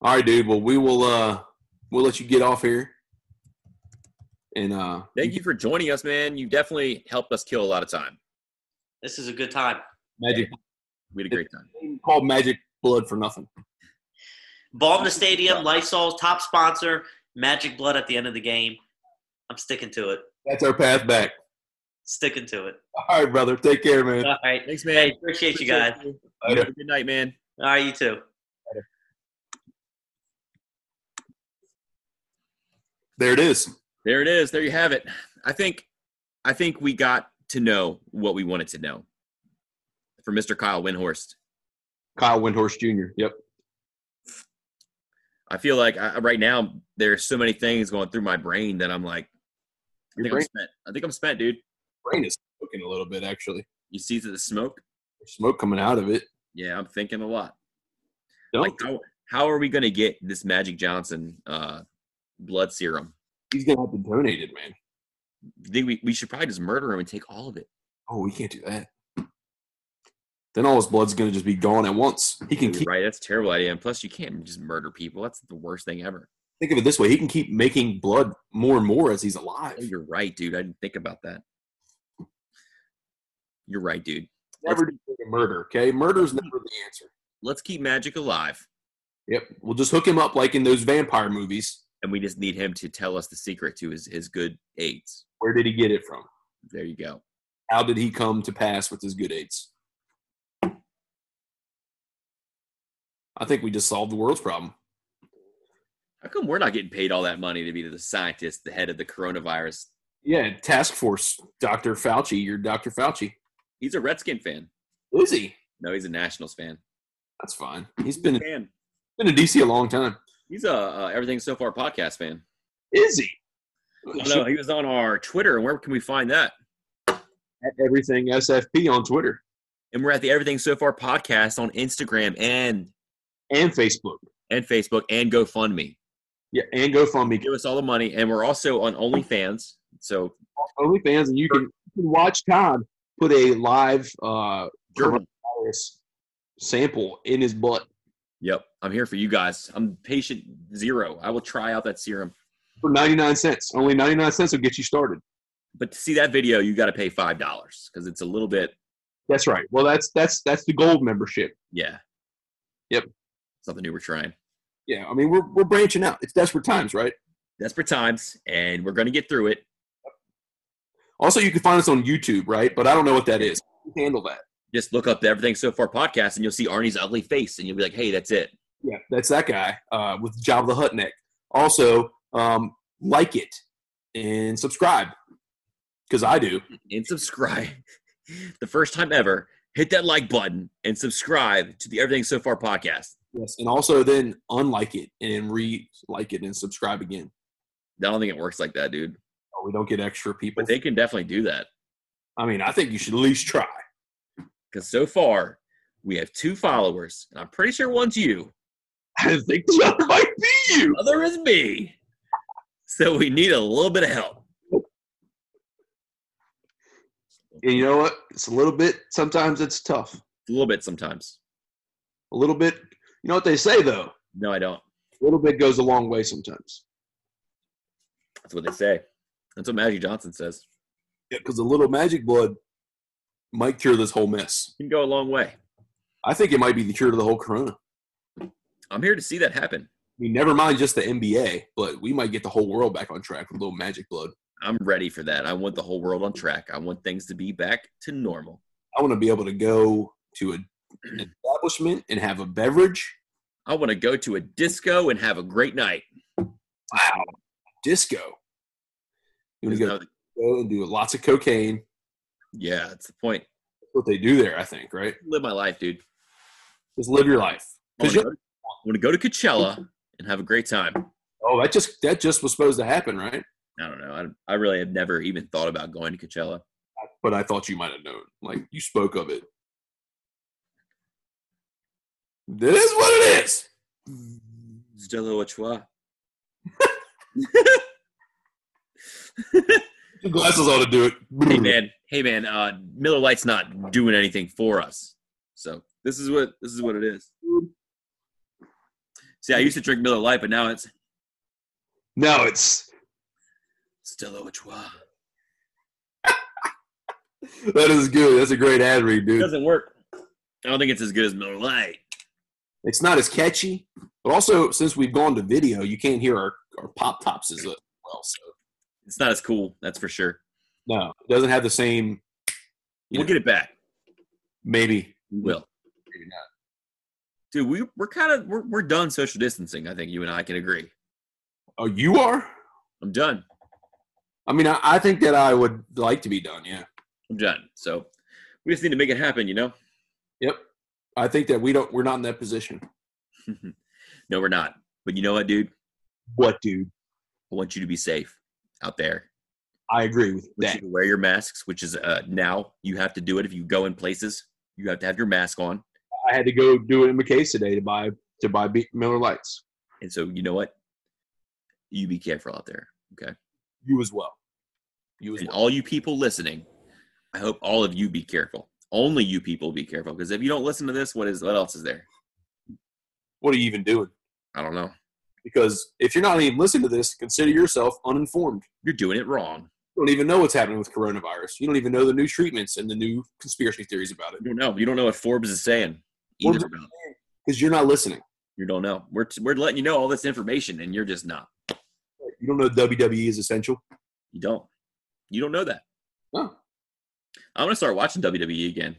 A: All right, dude. Well, we will. uh We'll let you get off here. And uh
C: Thank you for joining us, man. You definitely helped us kill a lot of time.
F: This is a good time.
A: Magic
C: We had a great time.
A: called Magic Blood for nothing.
F: Balm the stadium, Lysol, top sponsor, Magic Blood at the end of the game. I'm sticking to it.
A: That's our path back.
F: Sticking to it.
A: All right, brother. Take care, man.
F: All right.
C: Thanks, man.
F: Hey, appreciate you guys.
C: You have a Good night, man.
F: All right, you too.
A: There it is.
C: There it is. There you have it. I think, I think we got to know what we wanted to know for Mr. Kyle Windhorst.
A: Kyle Windhorst Jr. Yep.
C: I feel like I, right now there's so many things going through my brain that I'm like, I
A: Your
C: think I'm
A: brain,
C: spent. I think I'm spent, dude.
A: brain is smoking a little bit, actually.
C: You see the smoke?
A: There's smoke coming out of it.
C: Yeah, I'm thinking a lot.
A: Don't.
C: Like, how, how are we going to get this Magic Johnson uh, blood serum?
A: He's gonna have to donate it, man.
C: You think we, we should probably just murder him and take all of it?
A: Oh, we can't do that. Then all his blood's gonna just be gone at once. He can
C: You're
A: keep
C: right, that's a terrible idea. And plus, you can't just murder people. That's the worst thing ever.
A: think of it this way. He can keep making blood more and more as he's alive.
C: Oh, you're right, dude. I didn't think about that. You're right, dude.
A: Never do murder. Okay, murder's never the answer.
C: Let's keep Magic alive,
A: Yep. We'll just hook him up like in those vampire movies.
C: and we just need him to tell us the secret to his, his good aids.
A: Where did he get it from?
C: There you go.
A: How did he come to pass with his good aids? I think we just solved the world's problem.
C: How come we're not getting paid all that money to be the scientist, the head of the coronavirus?
A: Yeah, task force, Dr. Fauci. You're Dr. Fauci.
C: He's a Redskin fan.
A: Is he?
C: No, he's a Nationals fan.
A: That's fine. He's been
C: fan.
A: been in DC a long time.
C: He's a uh, Everything So Far podcast fan.
D: Is he?
A: Oh,
C: I know he was on our Twitter, and where can we find that?
D: At everything SFP on Twitter
C: And we're at the Everything So Far podcast on Instagram and
D: and Facebook.
C: and Facebook and GoFundMe.
D: Yeah, and GoFundMe.
C: Give us all the money, and we're also on OnlyFans. So
D: OnlyFans, and you can, you can watch Todd put a live uh,
C: Gerbil.
D: coronavirus sample in his butt.
C: Yep, I'm here for you guys. I'm patient zero. I will try out that serum.
D: for 99 cents. Only 99 cents will get you started.
C: But to see that video, you got to pay five dollars because it's a little bit,
D: That's right. Well, that's that's that's the gold membership.
C: yeah.
D: Yep.
C: Something new we're trying.
A: Yeah, I mean we're we're branching out. It's desperate times, right?
C: Desperate times, and we're gonna get through it.
A: Also, you can find us on YouTube, right? But I don't know what that is. How do you Handle that.
C: Just look up the Everything So Far podcast, and you'll see Arnie's ugly face, and you'll be like, "Hey, that's it."
A: Yeah, that's that guy uh, with Job the Hut neck. Also, um, like it and subscribe because I do.
C: and subscribe (laughs) the first time ever hit that like button and subscribe to the everything so far podcast
A: Yes, and also then unlike it and re-like it and subscribe again.
C: i don't think it works like that dude
A: Oh, we don't get extra people.
C: but they can definitely do that
A: I mean, I think you should at least try. (laughs)
C: because so far we have two followers and i'm pretty sure one's you
D: I think the other might be you.
C: other is me so we need a little bit of help
D: And you know what? It's a little bit. Sometimes it's tough.
C: a little bit sometimes
D: A little bit. You know what they say though.
C: no i don't
D: A little bit goes a long way sometimes.
C: that's what they say that's what magic johnson says
A: because a little magic blood might cure this whole mess.
C: you can go a long way
A: I think it might be the cure to the whole corona.
C: i'm here to see that happen
A: I mean, never mind just the NBA, but we might get the whole world back on track with a little magic blood.
C: i'm ready for that i want the whole world on track i want things to be back to normal
A: I want to be able to go to a, an establishment and have a beverage,
C: I want to go to a disco and have a great night.
A: disco. You want to go,
C: Isn't that-
A: go and do lots of cocaine.
C: yeah, that's the point.
A: That's what they do there, I think, right?
C: Live my life, dude.
A: Just live your life.
C: I
A: 'Cause
C: want to go, I wanna go to Coachella and have a great time.
A: Oh, that just that just was supposed to happen, right?
C: I don't know. I, I really have never even thought about going to Coachella.
A: But I thought you might have known. Like you spoke of it. This is what it is.
C: It's de la Ochoa.
A: The glasses ought to do it. (laughs)
C: Hey man, hey man. Uh, Miller Lite's not doing anything for us, so this is what this is what it is. See, I used to drink Miller Lite, but now it's
D: No, it's
C: Stella Ochoa.
A: That is good. That's a great ad read,
C: It
A: dude.
C: doesn't work. I don't think it's as good as Miller Lite.
A: It's not as catchy, but also since we've gone to video, you can't hear our, our pop tops as well. So
C: It's not as cool, that's for sure.
A: no, it doesn't have the same.
C: We'll get it back.
A: Maybe
C: We will.
A: Maybe not.
C: Dude, we, we're kind of we're, we're done social distancing. I think you and I can agree.
A: Oh, you are.
C: I'm done.
A: I mean, I, I think that I would like to be done. Yeah.
C: I'm done. So we just need to make it happen, you know? (laughs)
A: Yep. I think that we don't. We're not in that position.
C: no, we're not. But you know what, dude?
D: what, dude?
C: I want you to be safe out there.
D: I agree with
C: I want
D: that.
C: you to wear your masks, which is uh, now you have to do it. If you go in places, you have to have your mask on.
D: I had to go do it in McKay's today to buy to buy Be- Miller Lights.
C: And so you know what? You be careful out there.
A: You as well. You as
C: And
A: well.
C: all you people listening, I hope all of you be careful. Only you people be careful. Because if you don't listen to this, what is what else is there?
A: What are you even doing?
C: I don't know.
A: Because if you're not even listening to this, consider yourself uninformed.
C: You're doing it wrong.
A: You don't even know what's happening with coronavirus. You don't even know the new treatments and the new conspiracy theories about it
C: You don't know. You don't know what Forbes is saying. Either
A: Forbes-
C: about.
A: because you're not listening.
C: You don't know. We're, we're letting you know all this information, and you're just not.
A: You don't know WWE E is essential.
C: You don't. You don't know that.
A: No.
C: I'm gonna start watching WWE again.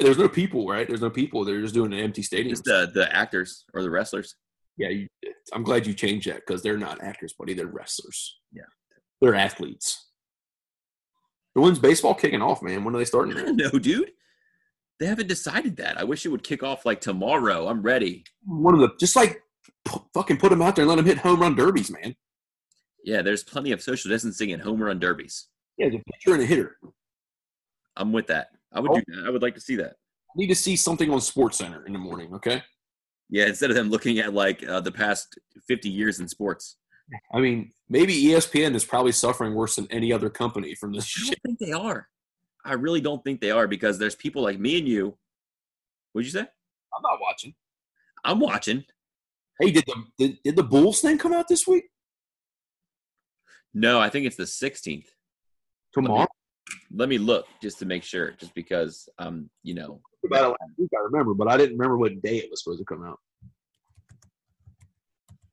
A: There's no people, right? There's no people. They're just doing an empty stadium.
C: Just the the actors or the wrestlers. (laughs)
A: yeah, you, I'm glad you changed that because they're not actors, buddy. They're wrestlers.
C: Yeah.
A: they're athletes. But when's baseball kicking off, man? When are they starting?
C: I
A: That?
C: don't know, dude. They haven't decided that. I wish it would kick off like tomorrow. I'm ready.
A: One of the just like P- fucking put him out there and let him hit home run derbies, man.
C: Yeah, there's plenty of social distancing and home run derbies.
A: Yeah, the pitcher and a hitter.
C: I'm with that. I would do that. I would like to see that.
A: I need to see something on Sports Center in the morning. Okay.
C: Yeah, instead of them looking at like uh, the past 50 years in sports.
A: I mean, maybe E ESPN is probably suffering worse than any other company from this (laughs)
C: I
A: shit.
C: don't think they are. I really don't think they are because there's people like me and you. What'd you say?
A: I'm not watching.
C: I'm watching.
A: Hey, did the did, did the Bulls thing come out this week?
C: No, I think it's the 16th.
A: Tomorrow.
C: Let me look just to make sure, just because um, you know,
D: About it last week, I remember, but I didn't remember what day it was supposed to come out.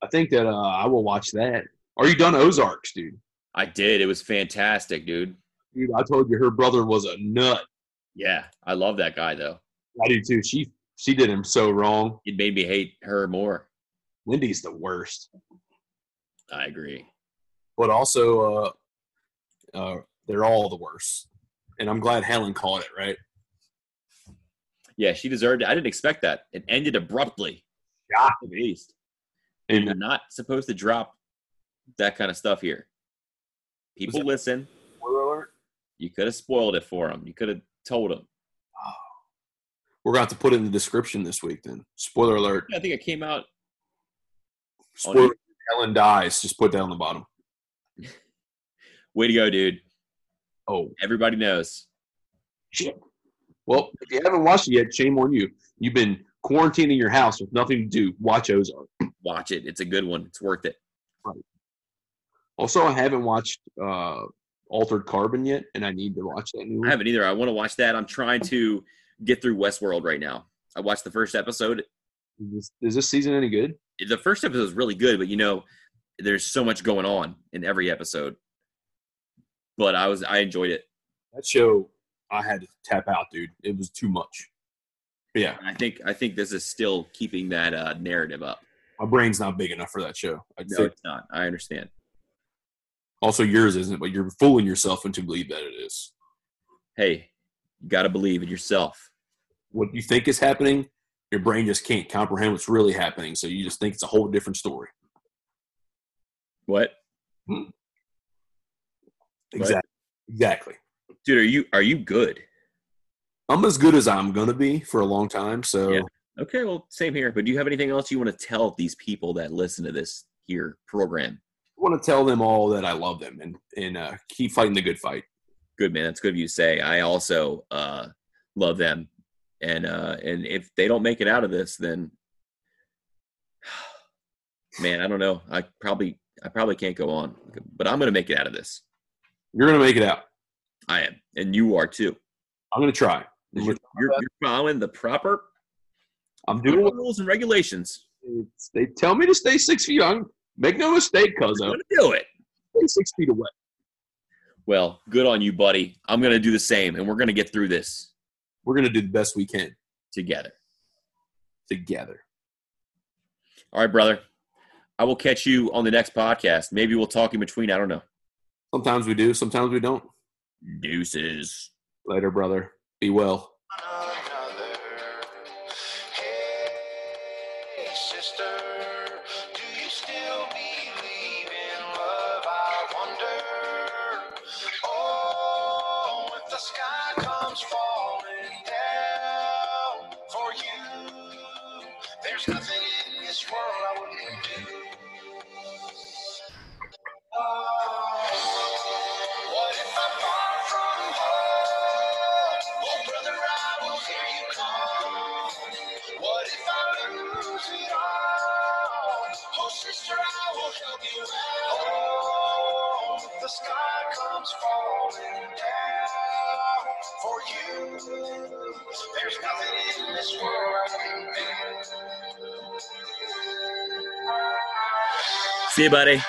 D: I think that uh, I will watch that. Are you done Ozarks, dude?
C: I did. It was fantastic, dude.
D: Dude, I told you her brother was a nut.
C: Yeah, I love that guy though.
D: I do too. She she did him so wrong.
C: It made me hate her more.
D: Lindy's the worst.
C: I agree.
A: But also, uh, uh, they're all the worst. And I'm glad Helen caught it right.
C: Yeah, she deserved it. I didn't expect that. It ended abruptly.
D: Yeah.
C: At least.
D: And
C: You're not supposed to drop that kind of stuff here. People listen.
D: spoiler alert,
C: You could have spoiled it for them. You could have told them.
A: We're going to have to put it in the description this week. Then spoiler alert.
C: I think it came out.
A: Spoiler. Helen dies. Just put that on the bottom.
C: Way to go, dude.
A: Oh
C: Everybody knows.
D: shit. Well, if you haven't watched it yet, shame on you. You've been quarantining your house with nothing to do. Watch Ozark.
C: Watch it. It's a good one. It's worth it.
D: Also, I haven't watched uh, Altered Carbon yet, and I need to watch that new
C: I
D: one.
C: haven't either. I want to watch that. I'm trying to get through Westworld right now. I watched the first episode.
D: Is this, is this season any good?
C: The first episode is really good, but you know, there's so much going on in every episode. But I was I enjoyed it.
A: that show, I had to tap out, dude. It was too much. But yeah,
C: And I think I think this is still keeping that uh, narrative up.
A: my brain's not big enough for that show. I
C: No,
A: think
C: it's not. I understand.
A: also yours isn't, but you're fooling yourself into believe that it is.
C: Hey, you got to believe in yourself.
A: What you think is happening, your brain just can't comprehend what's really happening, so you just think it's a whole different story.
C: What,
A: Exactly. Exactly.
C: dude? Are you are you good?
A: I'm as good as I'm gonna be for a long time, so
C: Yeah. Okay, well, same here. But do you have anything else you want to tell these people that listen to this here program?
A: I want to tell them all that I love them and and uh, keep fighting the good fight.
C: Good man, that's good of you to say. I also uh, love them, and uh, and if they don't make it out of this, then (sighs) man, I don't know. I probably I probably can't go on, but I'm gonna make it out of this.
A: You're gonna make it out.
C: I am, and you are too.
A: I'm gonna try. I'm,
C: You're, you're, you're following the proper
A: I'm doing what
C: rules and regulations.
D: It's- they tell me to stay six feet. I'm, make no mistake, cuz
C: I'm
D: I
C: gonna do it.
D: stay six feet away.
C: Well, good on you, buddy. I'm gonna do the same, and we're gonna get through this
A: we're gonna do the best we can
C: together.
A: together.
C: All right, brother. I will catch you on the next podcast. Maybe we'll talk in between. I don't know.
A: Sometimes we do, sometimes we don't.
C: Deuces.
A: Later, brother. Be well.
B: another. Hey, sister, do you still believe in love? I wonder. Oh, if the sky comes falling down for you, there's nothing in this world I wouldn't do. What if I'm far from home? Oh, brother, I will hear you call. What if I lose it all? Oh, sister, I will help you out. Oh, the sky comes falling down for you. There's nothing in this world I can do.
C: See you, buddy.